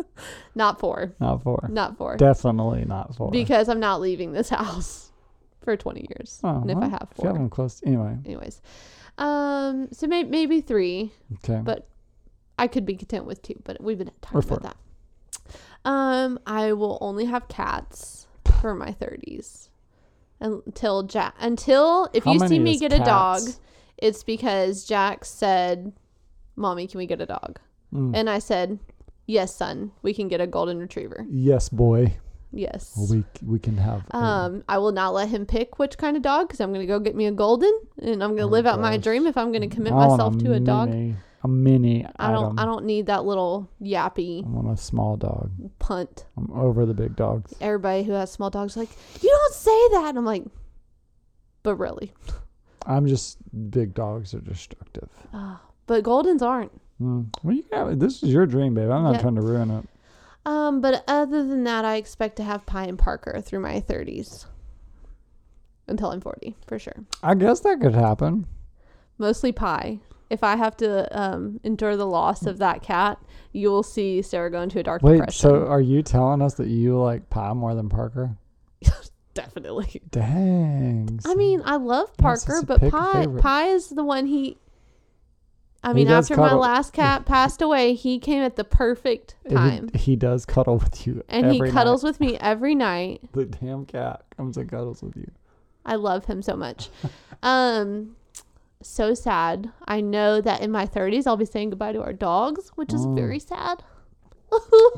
Speaker 2: not four,
Speaker 1: not four.
Speaker 2: not four,
Speaker 1: Definitely not four.
Speaker 2: because I'm not leaving this house for twenty years.
Speaker 1: Oh,
Speaker 2: and if I
Speaker 1: well,
Speaker 2: have
Speaker 1: If you have
Speaker 2: four,
Speaker 1: 'em close, anyway.
Speaker 2: anyways, um, so may- maybe three.
Speaker 1: Okay.
Speaker 2: But- I could be content with two, but we've been talking
Speaker 1: Or
Speaker 2: about that. Um, I will only have cats for my thirties until Jack. Until if
Speaker 1: How
Speaker 2: you see
Speaker 1: many
Speaker 2: me
Speaker 1: is
Speaker 2: get a dog,
Speaker 1: cats?
Speaker 2: it's because Jack said, "Mommy, can we get a dog?"
Speaker 1: Mm.
Speaker 2: And I said, "Yes, son, we can get a golden retriever."
Speaker 1: yes, boy.
Speaker 2: Yes.
Speaker 1: We we can have. a-
Speaker 2: um, I will not let him pick which kind of dog because I'm going to go get me a golden, and I'm going to
Speaker 1: Oh,
Speaker 2: live out my
Speaker 1: gosh.
Speaker 2: dream if I'm going to commit
Speaker 1: I want
Speaker 2: myself to a dog.
Speaker 1: mini- A mini.
Speaker 2: I don't.
Speaker 1: Item.
Speaker 2: I don't need that little yappy
Speaker 1: I want a small dog.
Speaker 2: punt.
Speaker 1: I'm over the big dogs.
Speaker 2: everybody who has small dogs like, you don't say that. And I'm like, but really.
Speaker 1: I'm just big dogs are destructive.
Speaker 2: Ah, but Goldens aren't.
Speaker 1: Mm. Well, you got this is your dream, babe. I'm not
Speaker 2: Yeah.
Speaker 1: trying to ruin it.
Speaker 2: Um, but other than that, I expect to have Pie and Parker through my 30s until I'm 40 for sure.
Speaker 1: I guess that could happen.
Speaker 2: Mostly Pie. If I have to um, endure the loss of that cat, you will see Sarah go into a dark
Speaker 1: Wait,
Speaker 2: depression.
Speaker 1: so are you telling us that you like Pie more than Parker?
Speaker 2: Definitely.
Speaker 1: Dang.
Speaker 2: I mean, I love
Speaker 1: That's just
Speaker 2: Parker,
Speaker 1: a
Speaker 2: but
Speaker 1: pick a
Speaker 2: Pie
Speaker 1: favorite.
Speaker 2: Pie is the one he. I
Speaker 1: He
Speaker 2: mean,
Speaker 1: does
Speaker 2: after my
Speaker 1: cuddle.
Speaker 2: last cat passed away, he came at the perfect
Speaker 1: He-
Speaker 2: time.
Speaker 1: He, does cuddle with you.
Speaker 2: and he
Speaker 1: every
Speaker 2: cuddles with me every night.
Speaker 1: night. The damn cat comes and cuddles with you.
Speaker 2: I love him so much. Um, so sad. I know that in my 30s I'll be saying goodbye to our dogs, which is
Speaker 1: Mm.
Speaker 2: very sad.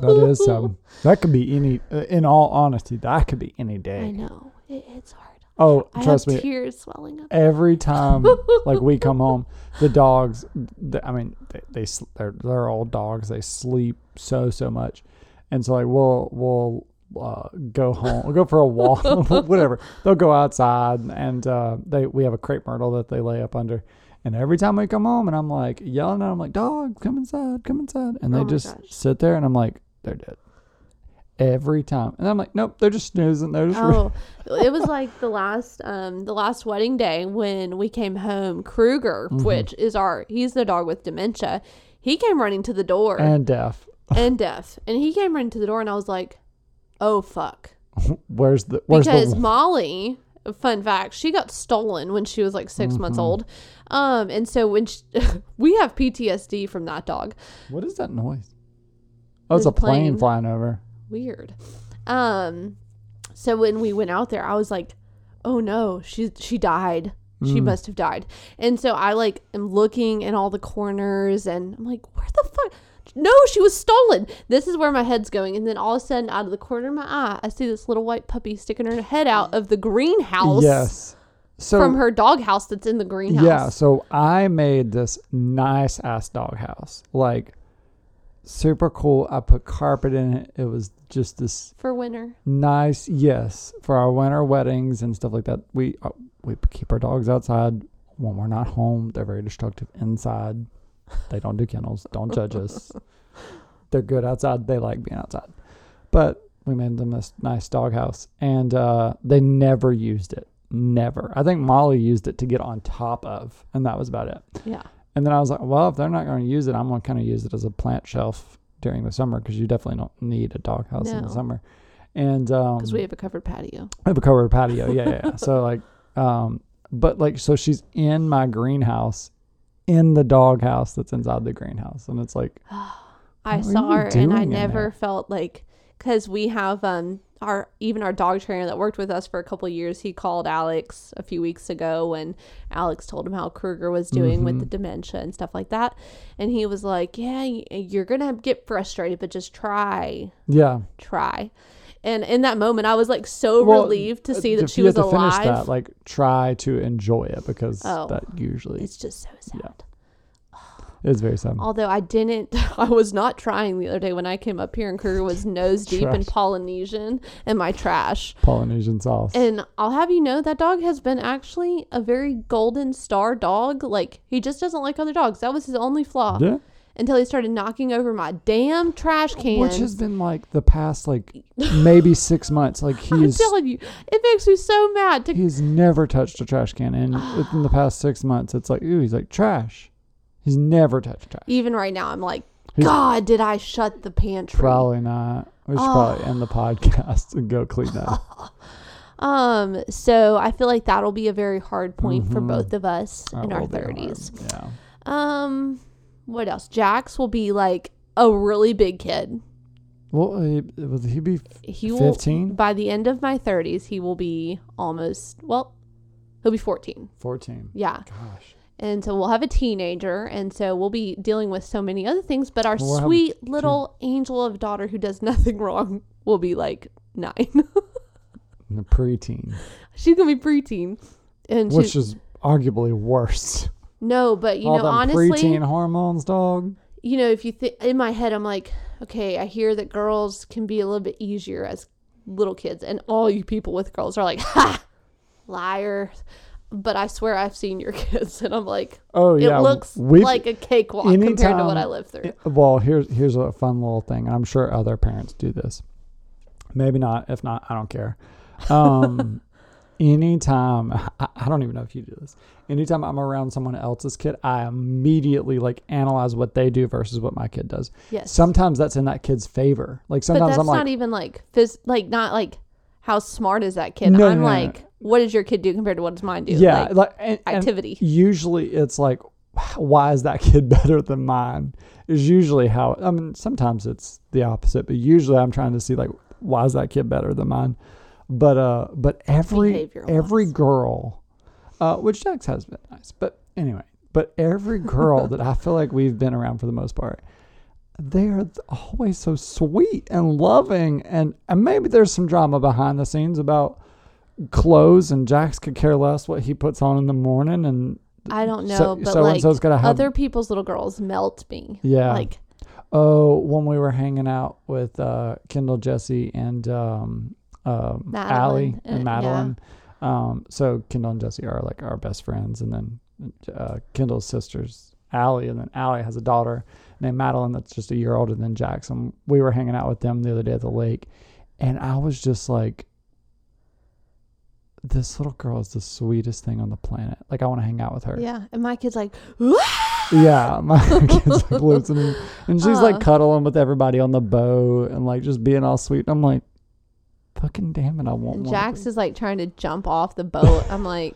Speaker 1: That is um. That could be any. Uh, in all honesty, that could be any
Speaker 2: I
Speaker 1: day.
Speaker 2: know it, it's hard.
Speaker 1: Oh,
Speaker 2: I
Speaker 1: trust
Speaker 2: have
Speaker 1: me.
Speaker 2: tears swelling up.
Speaker 1: every time like we come home the dogs the, i mean they, they sl- they're, they're old dogs they sleep so so much and so like we'll we'll uh, go home we'll go for a walk whatever they'll go outside and uh, they we have a crepe myrtle that they lay up under and every time we come home and i'm like yelling at them like dog come inside come inside and they
Speaker 2: Oh my
Speaker 1: just
Speaker 2: gosh.
Speaker 1: sit there and i'm like they're dead every time and i'm like nope they're just snoozing they're just
Speaker 2: Oh, it was like the last um the last wedding day when we came home. Kruger,
Speaker 1: Mm-hmm.
Speaker 2: which is our he's the dog with dementia, he came running to the door.
Speaker 1: and deaf
Speaker 2: and deaf. And he came running to the door, and I was like, "Oh fuck!"
Speaker 1: where's the where's
Speaker 2: Because
Speaker 1: the
Speaker 2: Molly, fun fact, she got stolen when she was like 6 months
Speaker 1: Mm-hmm.
Speaker 2: old, um, and so when she, we have PTSD from that dog,
Speaker 1: What is that noise? Oh, it's
Speaker 2: There's
Speaker 1: a
Speaker 2: a plane.
Speaker 1: plane flying over.
Speaker 2: weird. Um, so when we went out there, I was like, "Oh no, she she died." She
Speaker 1: Mm.
Speaker 2: must have died. And so I like am looking in all the corners and I'm like, where the fuck? No, she was stolen. This is where my head's going. And then all of a sudden, out of the corner of my eye, I see this little white puppy sticking her head out of the greenhouse
Speaker 1: Yes. So
Speaker 2: from her doghouse that's in the greenhouse.
Speaker 1: yeah, so I made this nice ass doghouse, like super cool. I put carpet in it. It was just this
Speaker 2: For winter.
Speaker 1: nice yes for our winter weddings and stuff like that. We uh, we keep our dogs outside when we're not home, they're very destructive inside. They don't do kennels. Don't judge us. They're good outside. They like being outside. But we made them this nice doghouse, and uh, they never used it. Never. I think Molly used it to get on top of, and that was about it.
Speaker 2: Yeah.
Speaker 1: And then I was like, well, if they're not going to use it, I'm going to kind of use it as a plant shelf during the summer because you definitely don't need a doghouse in
Speaker 2: No.
Speaker 1: the summer. And because
Speaker 2: Because we have a covered patio.
Speaker 1: I have a covered patio. Yeah, yeah. yeah. so like, um, but like, so she's in my greenhouse, in the doghouse that's inside the greenhouse, and it's like,
Speaker 2: I
Speaker 1: What are
Speaker 2: saw
Speaker 1: you
Speaker 2: her and
Speaker 1: doing
Speaker 2: I
Speaker 1: in
Speaker 2: never
Speaker 1: there?
Speaker 2: felt like because we have um our even our dog trainer that worked with us for a couple of years he called Alex a few weeks ago and Alex told him how Kruger was doing with the
Speaker 1: Mm-hmm.
Speaker 2: dementia and stuff like that and he was like yeah y- you're gonna get frustrated but just try
Speaker 1: yeah.
Speaker 2: try and in that moment I was like so
Speaker 1: Well,
Speaker 2: relieved to
Speaker 1: uh,
Speaker 2: see that
Speaker 1: if
Speaker 2: she
Speaker 1: you
Speaker 2: was
Speaker 1: have to
Speaker 2: alive
Speaker 1: Finish that, like, try to enjoy it because
Speaker 2: Oh.
Speaker 1: that usually
Speaker 2: it's just so sad
Speaker 1: is very sad.
Speaker 2: Although I didn't, I was not trying the other day when I came up here and Kruger was nose deep in
Speaker 1: Trash.
Speaker 2: Polynesian and my trash.
Speaker 1: Polynesian sauce.
Speaker 2: And I'll have you know that dog has been actually a very golden star dog. Like he just doesn't like other dogs. That was his only flaw
Speaker 1: yeah.
Speaker 2: until he started knocking over my damn trash can.
Speaker 1: Which has been like the past like maybe six months. Like
Speaker 2: I'm
Speaker 1: he's
Speaker 2: telling you, it makes me so mad. To,
Speaker 1: he's never touched a trash can, and within the past six months, it's like ooh, he's like trash. He's never touched trash.
Speaker 2: even right now, I'm like,
Speaker 1: He's-
Speaker 2: God, did I shut the pantry?
Speaker 1: Probably not. We should
Speaker 2: Oh.
Speaker 1: probably end the podcast and go clean that. up.
Speaker 2: Um, so I feel like that'll be a very hard point for
Speaker 1: Mhm.
Speaker 2: both of us
Speaker 1: That
Speaker 2: in our
Speaker 1: will be hard.
Speaker 2: 30s.
Speaker 1: Yeah.
Speaker 2: Um, what else? Jax will be like a really big kid.
Speaker 1: Well, he, would he be
Speaker 2: He will Mm.
Speaker 1: fifteen?
Speaker 2: by the end of my 30s, he will be almost well, he'll be 14.
Speaker 1: Fourteen.
Speaker 2: Yeah.
Speaker 1: Gosh.
Speaker 2: And so we'll have a teenager and so we'll be dealing with so many other things, but our
Speaker 1: We'll have
Speaker 2: sweet little angel of a daughter who does nothing wrong will be like 9.
Speaker 1: In the preteen,
Speaker 2: she's going to be preteen. And
Speaker 1: which
Speaker 2: she's
Speaker 1: is arguably worse.
Speaker 2: no, but you
Speaker 1: All
Speaker 2: know
Speaker 1: them
Speaker 2: honestly,
Speaker 1: preteen hormones, dog.
Speaker 2: you know, if you think in my head, I'm like, okay, I hear that girls can be a little bit easier as little kids, and all you people with girls are like, ha, liar. But I swear I've seen your kids, and I'm like,
Speaker 1: Oh
Speaker 2: it
Speaker 1: yeah.
Speaker 2: looks
Speaker 1: we've-
Speaker 2: like a cakewalk compared to what
Speaker 1: anytime-
Speaker 2: I lived through.
Speaker 1: Yeah, Well, here's here's a fun little thing. and I'm sure other parents do this. Maybe not. If not, I don't care. Um, anytime I, I don't even know if you do this. Anytime I'm around someone else's kid, I immediately like analyze what they do versus what my kid does.
Speaker 2: yes,
Speaker 1: Sometimes that's in that kid's favor. Like
Speaker 2: but
Speaker 1: sometimes
Speaker 2: that's
Speaker 1: I'm
Speaker 2: not
Speaker 1: like,
Speaker 2: even like phys- like not like how smart is that kid?
Speaker 1: No,
Speaker 2: I'm
Speaker 1: no, no,
Speaker 2: like,
Speaker 1: no.
Speaker 2: what does your kid do compared to what does mine do?
Speaker 1: yeah,
Speaker 2: like,
Speaker 1: like and, and
Speaker 2: activity.
Speaker 1: usually it's like, why is that kid better than mine? Is usually how. I mean, sometimes it's the opposite, but usually I'm trying to see like, why is that kid better than mine? But uh, but every
Speaker 2: Behavioral
Speaker 1: every
Speaker 2: wise.
Speaker 1: girl, uh, which Jack's has been nice, but anyway, but every girl that I feel like we've been around for the most part. They are always so sweet and loving, and, and maybe there's some drama behind the scenes about clothes, and Jax could care less what he puts on in the morning, and
Speaker 2: I don't know,
Speaker 1: so-
Speaker 2: but
Speaker 1: so and
Speaker 2: like
Speaker 1: so's gotta have-
Speaker 2: other people's little girls melt me.
Speaker 1: Yeah.
Speaker 2: like
Speaker 1: Oh, when we were hanging out with uh, Kendall, Jesse, and um, um, Allie
Speaker 2: Madeline, uh, yeah.
Speaker 1: and Madeline. Um, so Kendall and Jesse are like our best friends, and then uh, Kendall's sisters, Allie, and then Allie has a daughter named Madeline that's just a year older than Jackson. We were hanging out with them the other day at the lake, and I was just like, "This little girl is the sweetest thing on the planet. Like, I want to hang out with her."
Speaker 2: yeah, and my kid's like.
Speaker 1: Yeah, my kids like losing, and she's
Speaker 2: Oh.
Speaker 1: like cuddling with everybody on the boat and like just being all sweet. And I'm like, fucking damn it, I want
Speaker 2: And
Speaker 1: one.
Speaker 2: Jax is like trying to jump off the boat. I'm like,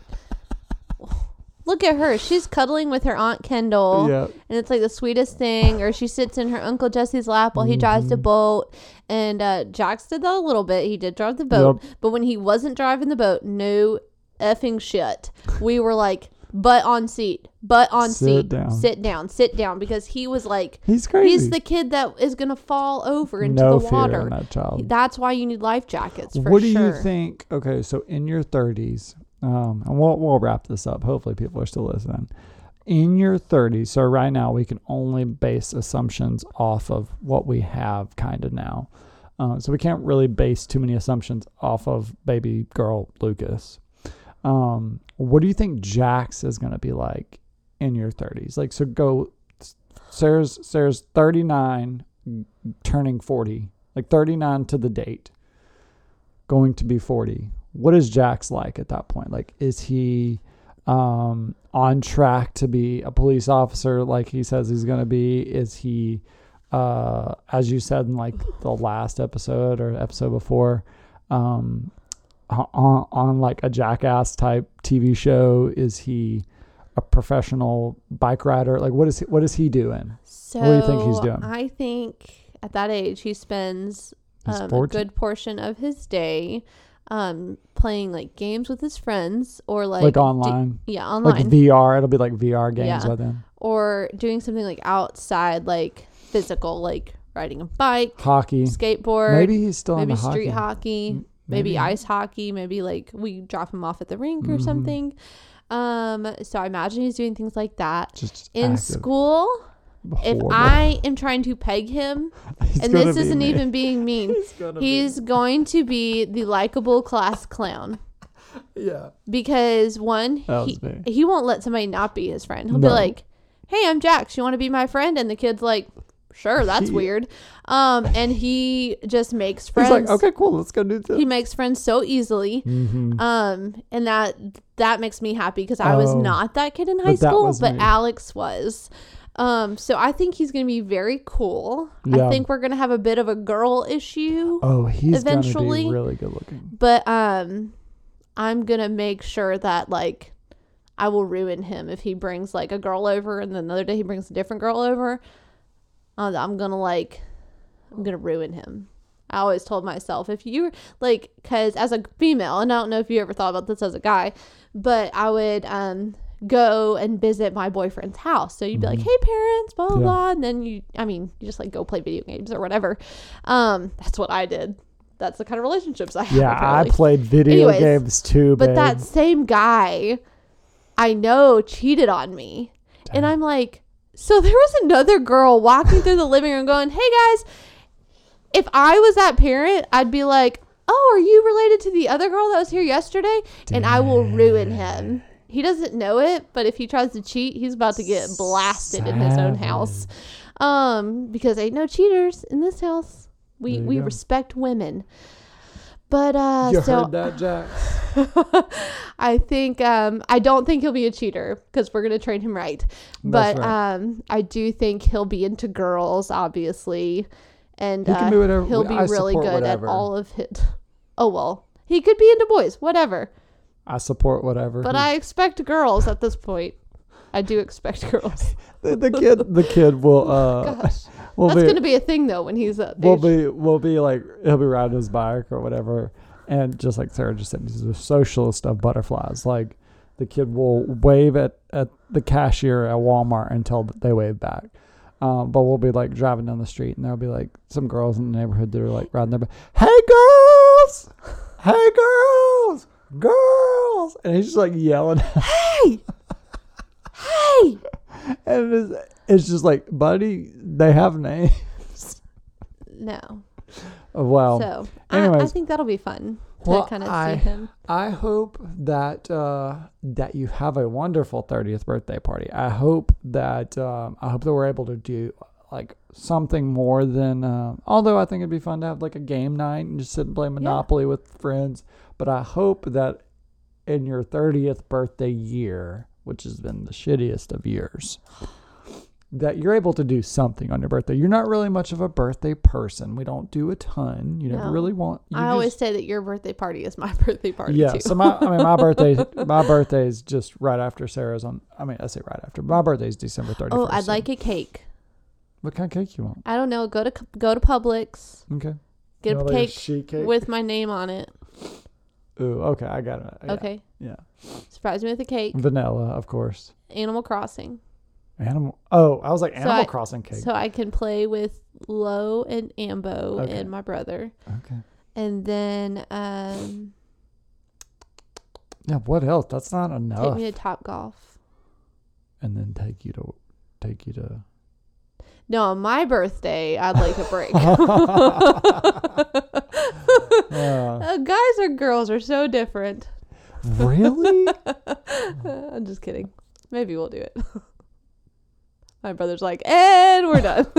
Speaker 2: look at her. She's cuddling with her aunt Kendall,
Speaker 1: yeah,
Speaker 2: and it's like the sweetest thing. Or she sits in her uncle Jesse's lap while he drives the
Speaker 1: Mm-hmm.
Speaker 2: boat. And uh, Jax did that a little bit. He did drive the boat, but when he wasn't driving the boat, no effing shit. We were like, butt on seat, butt on
Speaker 1: Sit
Speaker 2: seat,
Speaker 1: down.
Speaker 2: sit down, sit down, because he was like.
Speaker 1: he's crazy.
Speaker 2: He's the kid that is gonna fall over into
Speaker 1: no
Speaker 2: the
Speaker 1: fear in
Speaker 2: water.
Speaker 1: that child.
Speaker 2: That's why you need life jackets. For
Speaker 1: what do
Speaker 2: sure.
Speaker 1: you think? Okay, so in your 30s, um, and we'll we'll wrap this up. Hopefully, people are still listening. In your 30s, so right now we can only base assumptions off of what we have, kind of now. Uh, so we can't really base too many assumptions off of baby girl Lucas. Um, what do you think Jax is going to be like in your 30s? Like, so go, Sarah's, Sarah's 39, turning 40, like 39 to the date, going to be 40. What is Jax like at that point? Like, is he um, on track to be a police officer like he says he's going to be? Is he, uh, as you said in like the last episode or episode before, um, on, on like a jackass type TV show? Is he a professional bike rider? Like, what is he, what is he doing?
Speaker 2: So
Speaker 1: do you think he's doing?
Speaker 2: I think at that age he spends
Speaker 1: He's
Speaker 2: um, a
Speaker 1: 14.
Speaker 2: good portion of his day um, playing like games with his friends or like,
Speaker 1: Like,
Speaker 2: do-
Speaker 1: online,
Speaker 2: yeah, online
Speaker 1: like VR. It'll be like VR games
Speaker 2: Yeah.
Speaker 1: by then.
Speaker 2: or doing something like outside, like physical, like riding a bike,
Speaker 1: Hockey.
Speaker 2: skateboard,
Speaker 1: Maybe he's still
Speaker 2: maybe
Speaker 1: into
Speaker 2: street
Speaker 1: hockey.
Speaker 2: hockey,
Speaker 1: M-
Speaker 2: maybe,
Speaker 1: maybe.
Speaker 2: ice hockey, maybe like we drop him off at the rink or
Speaker 1: Mhm.
Speaker 2: something. Um, so I imagine he's doing things like that.
Speaker 1: Just
Speaker 2: In
Speaker 1: active.
Speaker 2: school, if
Speaker 1: Horrible.
Speaker 2: I am trying to peg him,
Speaker 1: He's
Speaker 2: and
Speaker 1: gonna
Speaker 2: this
Speaker 1: be
Speaker 2: isn't
Speaker 1: me.
Speaker 2: even being mean,
Speaker 1: He's gonna be
Speaker 2: he's going to be the likable class clown
Speaker 1: yeah.
Speaker 2: because one,
Speaker 1: That
Speaker 2: he,
Speaker 1: was me.
Speaker 2: he won't let somebody not be his friend. He'll be
Speaker 1: No.
Speaker 2: like, "Hey, I'm Jax. You want to be my friend?" And the kid's like, "Sure, that's
Speaker 1: He-
Speaker 2: weird." Um, and he just makes
Speaker 1: He's like,
Speaker 2: friends.
Speaker 1: okay, cool. Let's go do this.
Speaker 2: He makes friends so easily.
Speaker 1: mm-hmm.
Speaker 2: Um, and that that makes me happy because I was
Speaker 1: Oh.
Speaker 2: not that kid in high
Speaker 1: But that
Speaker 2: school,
Speaker 1: was
Speaker 2: but
Speaker 1: me.
Speaker 2: Alex was. Um, so I think he's gonna be very cool. I
Speaker 1: Yeah.
Speaker 2: think we're gonna have a bit of a girl issue,
Speaker 1: Oh, he's gonna
Speaker 2: eventually-
Speaker 1: be really good looking.
Speaker 2: but um, I'm gonna make sure that like I will ruin him if he brings like a girl over, and then another day he brings a different girl over. Uh, I'm gonna like, I'm gonna ruin him. I always told myself if you like, cause as a female, and I don't know if you ever thought about this as a guy, but I would um go and visit my boyfriend's house. So you'd be like, hey parents, blah blah
Speaker 1: Yeah.
Speaker 2: blah, and then you, I mean, you just like go play video games or whatever. Um, that's what I did. That's the kind of relationships I had.
Speaker 1: Yeah, I
Speaker 2: apparently.
Speaker 1: played video
Speaker 2: Anyways,
Speaker 1: games too,
Speaker 2: But
Speaker 1: babe.
Speaker 2: that same guy I know cheated on me. And I'm like, so there was another girl walking through the living room going, hey guys, if I was that parent, I'd be like, oh, are you related to the other girl that was here yesterday? And I will ruin him. He doesn't know it, but if he tries to cheat, he's about to get blasted in his own house. Um, because ain't no cheaters in this house. We
Speaker 1: There you
Speaker 2: we
Speaker 1: go.
Speaker 2: respect women. But uh
Speaker 1: you
Speaker 2: so
Speaker 1: heard that, Jack?
Speaker 2: I think um, I don't think he'll be a cheater because we're gonna train him right. But
Speaker 1: That's
Speaker 2: um, I do think he'll be into girls, obviously, and
Speaker 1: He can
Speaker 2: uh,
Speaker 1: be whatever-
Speaker 2: he'll be
Speaker 1: I
Speaker 2: really good
Speaker 1: support
Speaker 2: at
Speaker 1: whatever.
Speaker 2: all of it. Oh well, he could be into boys, whatever.
Speaker 1: I support whatever.
Speaker 2: But I expect girls at this point. I do expect girls.
Speaker 1: the, the kid, the kid will uh,
Speaker 2: Gosh,
Speaker 1: will
Speaker 2: that's
Speaker 1: be
Speaker 2: gonna be a thing though when he's that
Speaker 1: will
Speaker 2: age.
Speaker 1: be will be like he'll be riding his bike or whatever, and just like Sarah just said, he's a socialist of butterflies. Like the kid will wave at at the cashier at Walmart until they wave back. Um, but we'll be like driving down the street, and there'll be like some girls in the neighborhood that are like riding their bike. Hey girls, hey girls, girls, and he's just like yelling.
Speaker 2: hey, hey!
Speaker 1: and it's, it's just like, buddy, they have names.
Speaker 2: No.
Speaker 1: Wow.
Speaker 2: so I, I
Speaker 1: Um, anyways.
Speaker 2: think that'll be fun to
Speaker 1: Well,
Speaker 2: kind of
Speaker 1: I-
Speaker 2: see him.
Speaker 1: I hope that uh, that you have a wonderful 30th birthday party. I hope that um, I hope that we're able to do like something more than. Uh, although I think it'd be fun to have like a game night and just sit and play Monopoly with friends. But I hope that in your 30th birthday year, which has been the shittiest of years. That you're able to do something on your birthday. You're not really much of a birthday person. We don't do a ton. You never
Speaker 2: No.
Speaker 1: really want. You
Speaker 2: I
Speaker 1: just-
Speaker 2: always say that your birthday party is my birthday party
Speaker 1: yeah.
Speaker 2: too.
Speaker 1: So my, I mean, my birthday, my birthday is just right after Sarah's on. I mean, I say right after. My birthday is December thirty
Speaker 2: oh,
Speaker 1: first.
Speaker 2: I'd like a cake.
Speaker 1: What kind of cake you want?
Speaker 2: I don't know. Go to go to Publix,
Speaker 1: Okay.
Speaker 2: get
Speaker 1: You
Speaker 2: a
Speaker 1: want like
Speaker 2: cake,
Speaker 1: sheet cake.
Speaker 2: with my name on it.
Speaker 1: Ooh, okay, I got it. Yeah,
Speaker 2: Okay,
Speaker 1: Yeah. Mm.
Speaker 2: surprise me with a cake.
Speaker 1: Vanilla, of course.
Speaker 2: Animal Crossing,
Speaker 1: Animal. Oh, I was like
Speaker 2: So
Speaker 1: Animal
Speaker 2: I-
Speaker 1: Crossing cake.
Speaker 2: so I can play with Lo and Ambo
Speaker 1: Okay.
Speaker 2: and my brother,
Speaker 1: okay.
Speaker 2: and then um,
Speaker 1: Yeah. What else? That's not
Speaker 2: take
Speaker 1: enough.
Speaker 2: me to Top Golf.
Speaker 1: and then take you to, take you to.
Speaker 2: No, on my birthday, I'd like a break.
Speaker 1: Uh,
Speaker 2: Uh, guys or girls are so different.
Speaker 1: really?
Speaker 2: I'm just kidding. Maybe we'll do it. My brother's like, and we're done.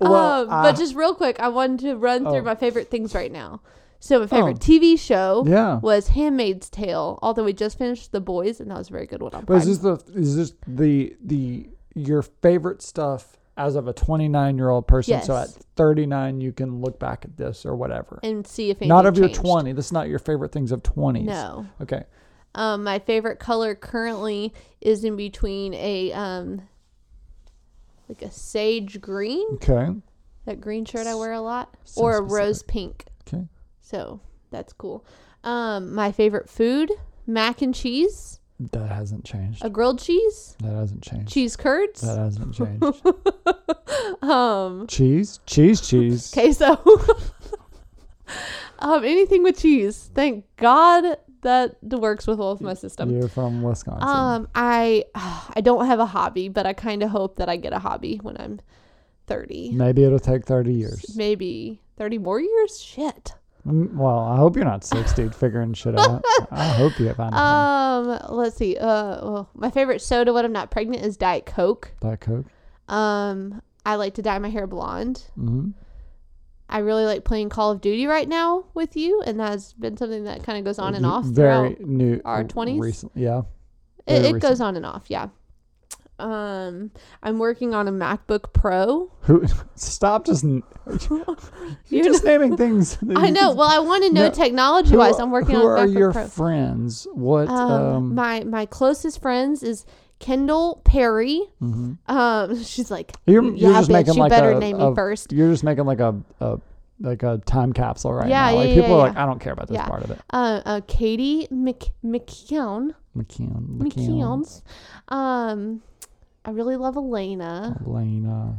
Speaker 1: Well,
Speaker 2: um,
Speaker 1: I-
Speaker 2: but just real quick, I wanted to run through
Speaker 1: Oh.
Speaker 2: my favorite things right now. So my favorite
Speaker 1: Oh.
Speaker 2: TV show
Speaker 1: yeah.
Speaker 2: was Handmaid's Tale. Althougugh we just finished The Boys, and that was a very good one. On
Speaker 1: But is
Speaker 2: Prime.
Speaker 1: this the is this the the your favorite stuff as of a 29 year old person? So at
Speaker 2: Yes.
Speaker 1: 39, you can look back at this or whatever.
Speaker 2: and see if
Speaker 1: not
Speaker 2: anything
Speaker 1: of your
Speaker 2: changed.
Speaker 1: 20. This is not your favorite things of 20s.
Speaker 2: No,
Speaker 1: Okay.
Speaker 2: um, my favorite color currently is in between a um, like a sage green,
Speaker 1: Okay.
Speaker 2: that green shirt I wear a lot,
Speaker 1: So
Speaker 2: or a
Speaker 1: specific.
Speaker 2: rose pink.
Speaker 1: Okay.
Speaker 2: So that's cool. Um, my favorite food: mac and cheese,
Speaker 1: That hasn't changed.
Speaker 2: a grilled cheese,
Speaker 1: That hasn't changed.
Speaker 2: cheese curds,
Speaker 1: That hasn't changed.
Speaker 2: um,
Speaker 1: cheese, cheese, cheese.
Speaker 2: queso, um, anything with cheese. Thank God that works with all of my system.
Speaker 1: You're from Wisconsin.
Speaker 2: Um, I I don't have a hobby, but I kind of hope that I get a hobby when I'm thirty,
Speaker 1: Maybe it'll take 30 years.
Speaker 2: maybe thirty more years. Shit.
Speaker 1: Mm, Well, I hope you're not 60 figuring shit out. I hope you find out
Speaker 2: Um, let's see. Uh, well, my favorite soda when I'm not pregnant is Diet Coke.
Speaker 1: that coke.
Speaker 2: Um, I like to dye my hair blonde.
Speaker 1: hmm
Speaker 2: I really like playing Call of Duty right now with you, and that's been something that kind of goes on and off
Speaker 1: Very
Speaker 2: throughout.
Speaker 1: new.
Speaker 2: our
Speaker 1: r-
Speaker 2: 20s.
Speaker 1: Recent, yeah.
Speaker 2: It,
Speaker 1: very
Speaker 2: it goes on and off, yeah. Um, I'm working on a MacBook Pro.
Speaker 1: Who? Stop just. n- You're
Speaker 2: You
Speaker 1: just naming things. that
Speaker 2: I
Speaker 1: you
Speaker 2: know. Well, I want to know
Speaker 1: No.
Speaker 2: technology
Speaker 1: Who
Speaker 2: wise.
Speaker 1: are-
Speaker 2: I'm working
Speaker 1: who
Speaker 2: on a
Speaker 1: are
Speaker 2: MacBook
Speaker 1: your
Speaker 2: Pro.
Speaker 1: friends? What?
Speaker 2: um,
Speaker 1: Um.
Speaker 2: my my closest friends is Kendall Perry.
Speaker 1: mhm.
Speaker 2: Um, she's like,
Speaker 1: You're,
Speaker 2: yeah,
Speaker 1: you're just
Speaker 2: bitch,
Speaker 1: making
Speaker 2: you
Speaker 1: like
Speaker 2: better
Speaker 1: a,
Speaker 2: name
Speaker 1: a-
Speaker 2: me first.
Speaker 1: You're just making like a, a like a time capsule right
Speaker 2: Yeah,
Speaker 1: now. Like
Speaker 2: yeah,
Speaker 1: people
Speaker 2: yeah,
Speaker 1: are
Speaker 2: yeah.
Speaker 1: like, I don't care about this
Speaker 2: Yeah.
Speaker 1: part of it.
Speaker 2: Uh, uh, Katie Mc- McKeown.
Speaker 1: McKeon, McKeon,
Speaker 2: McKeon's. Um, I really love Elena.
Speaker 1: Elena,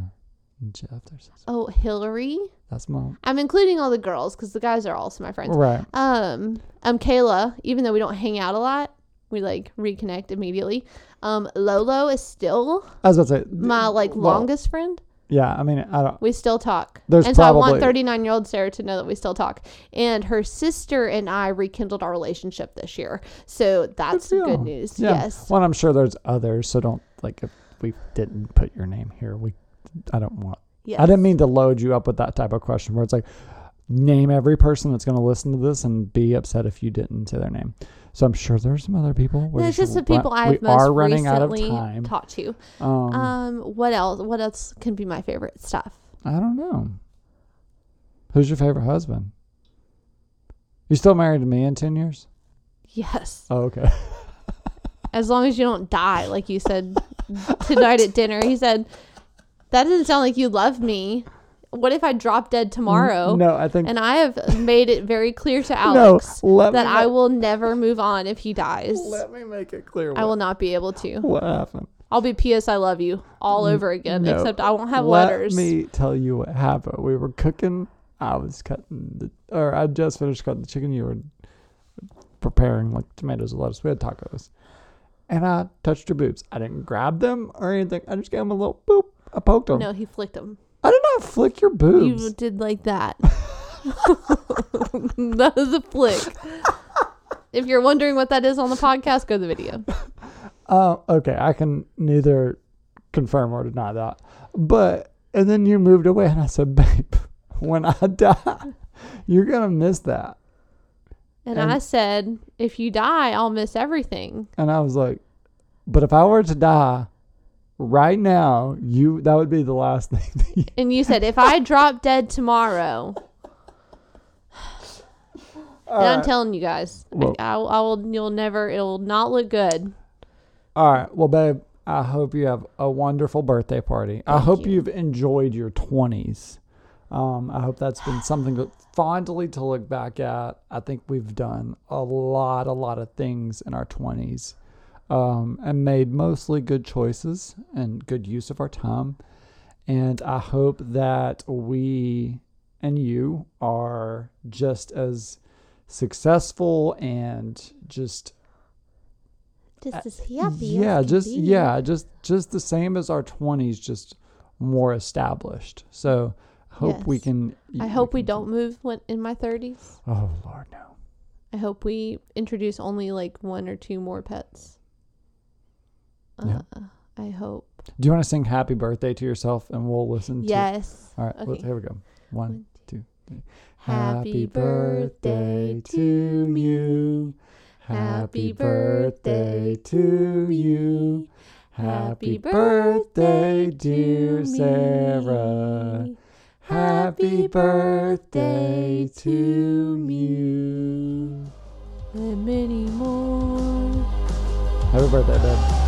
Speaker 1: Jeff. There's
Speaker 2: Oh, Hillary.
Speaker 1: that's my
Speaker 2: I'm including all the girls because the guys are also my friends.
Speaker 1: right.
Speaker 2: Um, um, Kayla. Even though we don't hang out a lot, we like reconnect immediately. Um, Lolo is still
Speaker 1: I was about to say th-
Speaker 2: my like
Speaker 1: Mm, well,
Speaker 2: longest friend.
Speaker 1: Yeah, I mean, I don't.
Speaker 2: We still talk.
Speaker 1: There's
Speaker 2: and so I want
Speaker 1: probably-
Speaker 2: 39 year old Sarah to know that we still talk. And her sister and I rekindled our relationship this year. So that's
Speaker 1: for
Speaker 2: good
Speaker 1: y'all.
Speaker 2: news.
Speaker 1: Yeah.
Speaker 2: Yes.
Speaker 1: Well, I'm sure there's others, so don't like if we didn't put your name here. We, I don't want.
Speaker 2: Yes.
Speaker 1: I didn't mean to load you up with that type of question where it's like, name every person that's going to listen to this and be upset if you didn't say their name. So I'm sure there's some other people. We're
Speaker 2: No, it's just the
Speaker 1: run-
Speaker 2: people I've
Speaker 1: we
Speaker 2: most
Speaker 1: are running out of
Speaker 2: recently
Speaker 1: time.
Speaker 2: talked to.
Speaker 1: um,
Speaker 2: Um, what else? What else can be my favorite stuff?
Speaker 1: I don't know. Who's your favorite husband? You still married to me in ten years?
Speaker 2: Yes,
Speaker 1: Oh, okay.
Speaker 2: as long as you don't die, like you said tonight at dinner. He said, "That doesn't sound like you love me. What if I drop dead tomorrow?"
Speaker 1: No, I think
Speaker 2: And I have made it very clear to Alex
Speaker 1: no. Let
Speaker 2: that
Speaker 1: me
Speaker 2: I
Speaker 1: make-
Speaker 2: will never move on if he dies.
Speaker 1: Let me make it clear. What,
Speaker 2: I will not be able to.
Speaker 1: what happened?
Speaker 2: I'll be P.S. I love you all over again,
Speaker 1: no.
Speaker 2: except I won't have
Speaker 1: Let
Speaker 2: letters.
Speaker 1: me tell you what happened. We were cooking. I was cutting the, or I just finished cutting the chicken. You were preparing like tomatoes and lettuce. We had tacos, and I touched your boobs. I didn't grab them or anything. I just gave them a little boop. I poked them.
Speaker 2: No, he flicked him.
Speaker 1: I did not flick your
Speaker 2: You
Speaker 1: boobs.
Speaker 2: did like that. that was a flick. if you're wondering what that is on the podcast, go to the video.
Speaker 1: Uh, okay, I can neither confirm or deny that. But and then you moved away, and I said, "Babe, when I die, you're gonna miss that."
Speaker 2: And,
Speaker 1: And-
Speaker 2: I said, if you die, I'll miss everything.
Speaker 1: And I was like, but if I were to die right now, you that would be the last thing. That you,
Speaker 2: And you said, if I drop dead tomorrow. and I'm telling you guys, I-
Speaker 1: Well-
Speaker 2: I, I will. You'll never. It'll not look good.
Speaker 1: All right. Well, babe, I hope you have a wonderful birthday party. I
Speaker 2: Thank
Speaker 1: hope
Speaker 2: you.
Speaker 1: you. have enjoyed your 20s. Um, I hope that's been something to fondly to look back at. I think we've done a lot, a lot of things in our 20s um, and made mostly good choices and good use of our time. And I hope that we and you are just as successful and just
Speaker 2: Just as happy.
Speaker 1: Uh, yeah just yeah just just the same as our 20s just more established so hope we
Speaker 2: Yes.
Speaker 1: can
Speaker 2: I hope we
Speaker 1: can-
Speaker 2: don't move when, in my 30s.
Speaker 1: oh lord no
Speaker 2: I hope we introduce only like one or two more pets.
Speaker 1: Yeah.
Speaker 2: Uh, I hope.
Speaker 1: Do you want to sing happy birthday to yourself and we'll listen to
Speaker 2: Yes.
Speaker 1: All right, let's-
Speaker 2: Okay.
Speaker 1: here we go. One.
Speaker 2: One,
Speaker 1: two,
Speaker 2: three.
Speaker 1: Happy birthday to you. Happy birthday to you. Happy birthday, dear Sarah. Happy birthday to you.
Speaker 2: And many more.
Speaker 1: Happy birthday, Dad.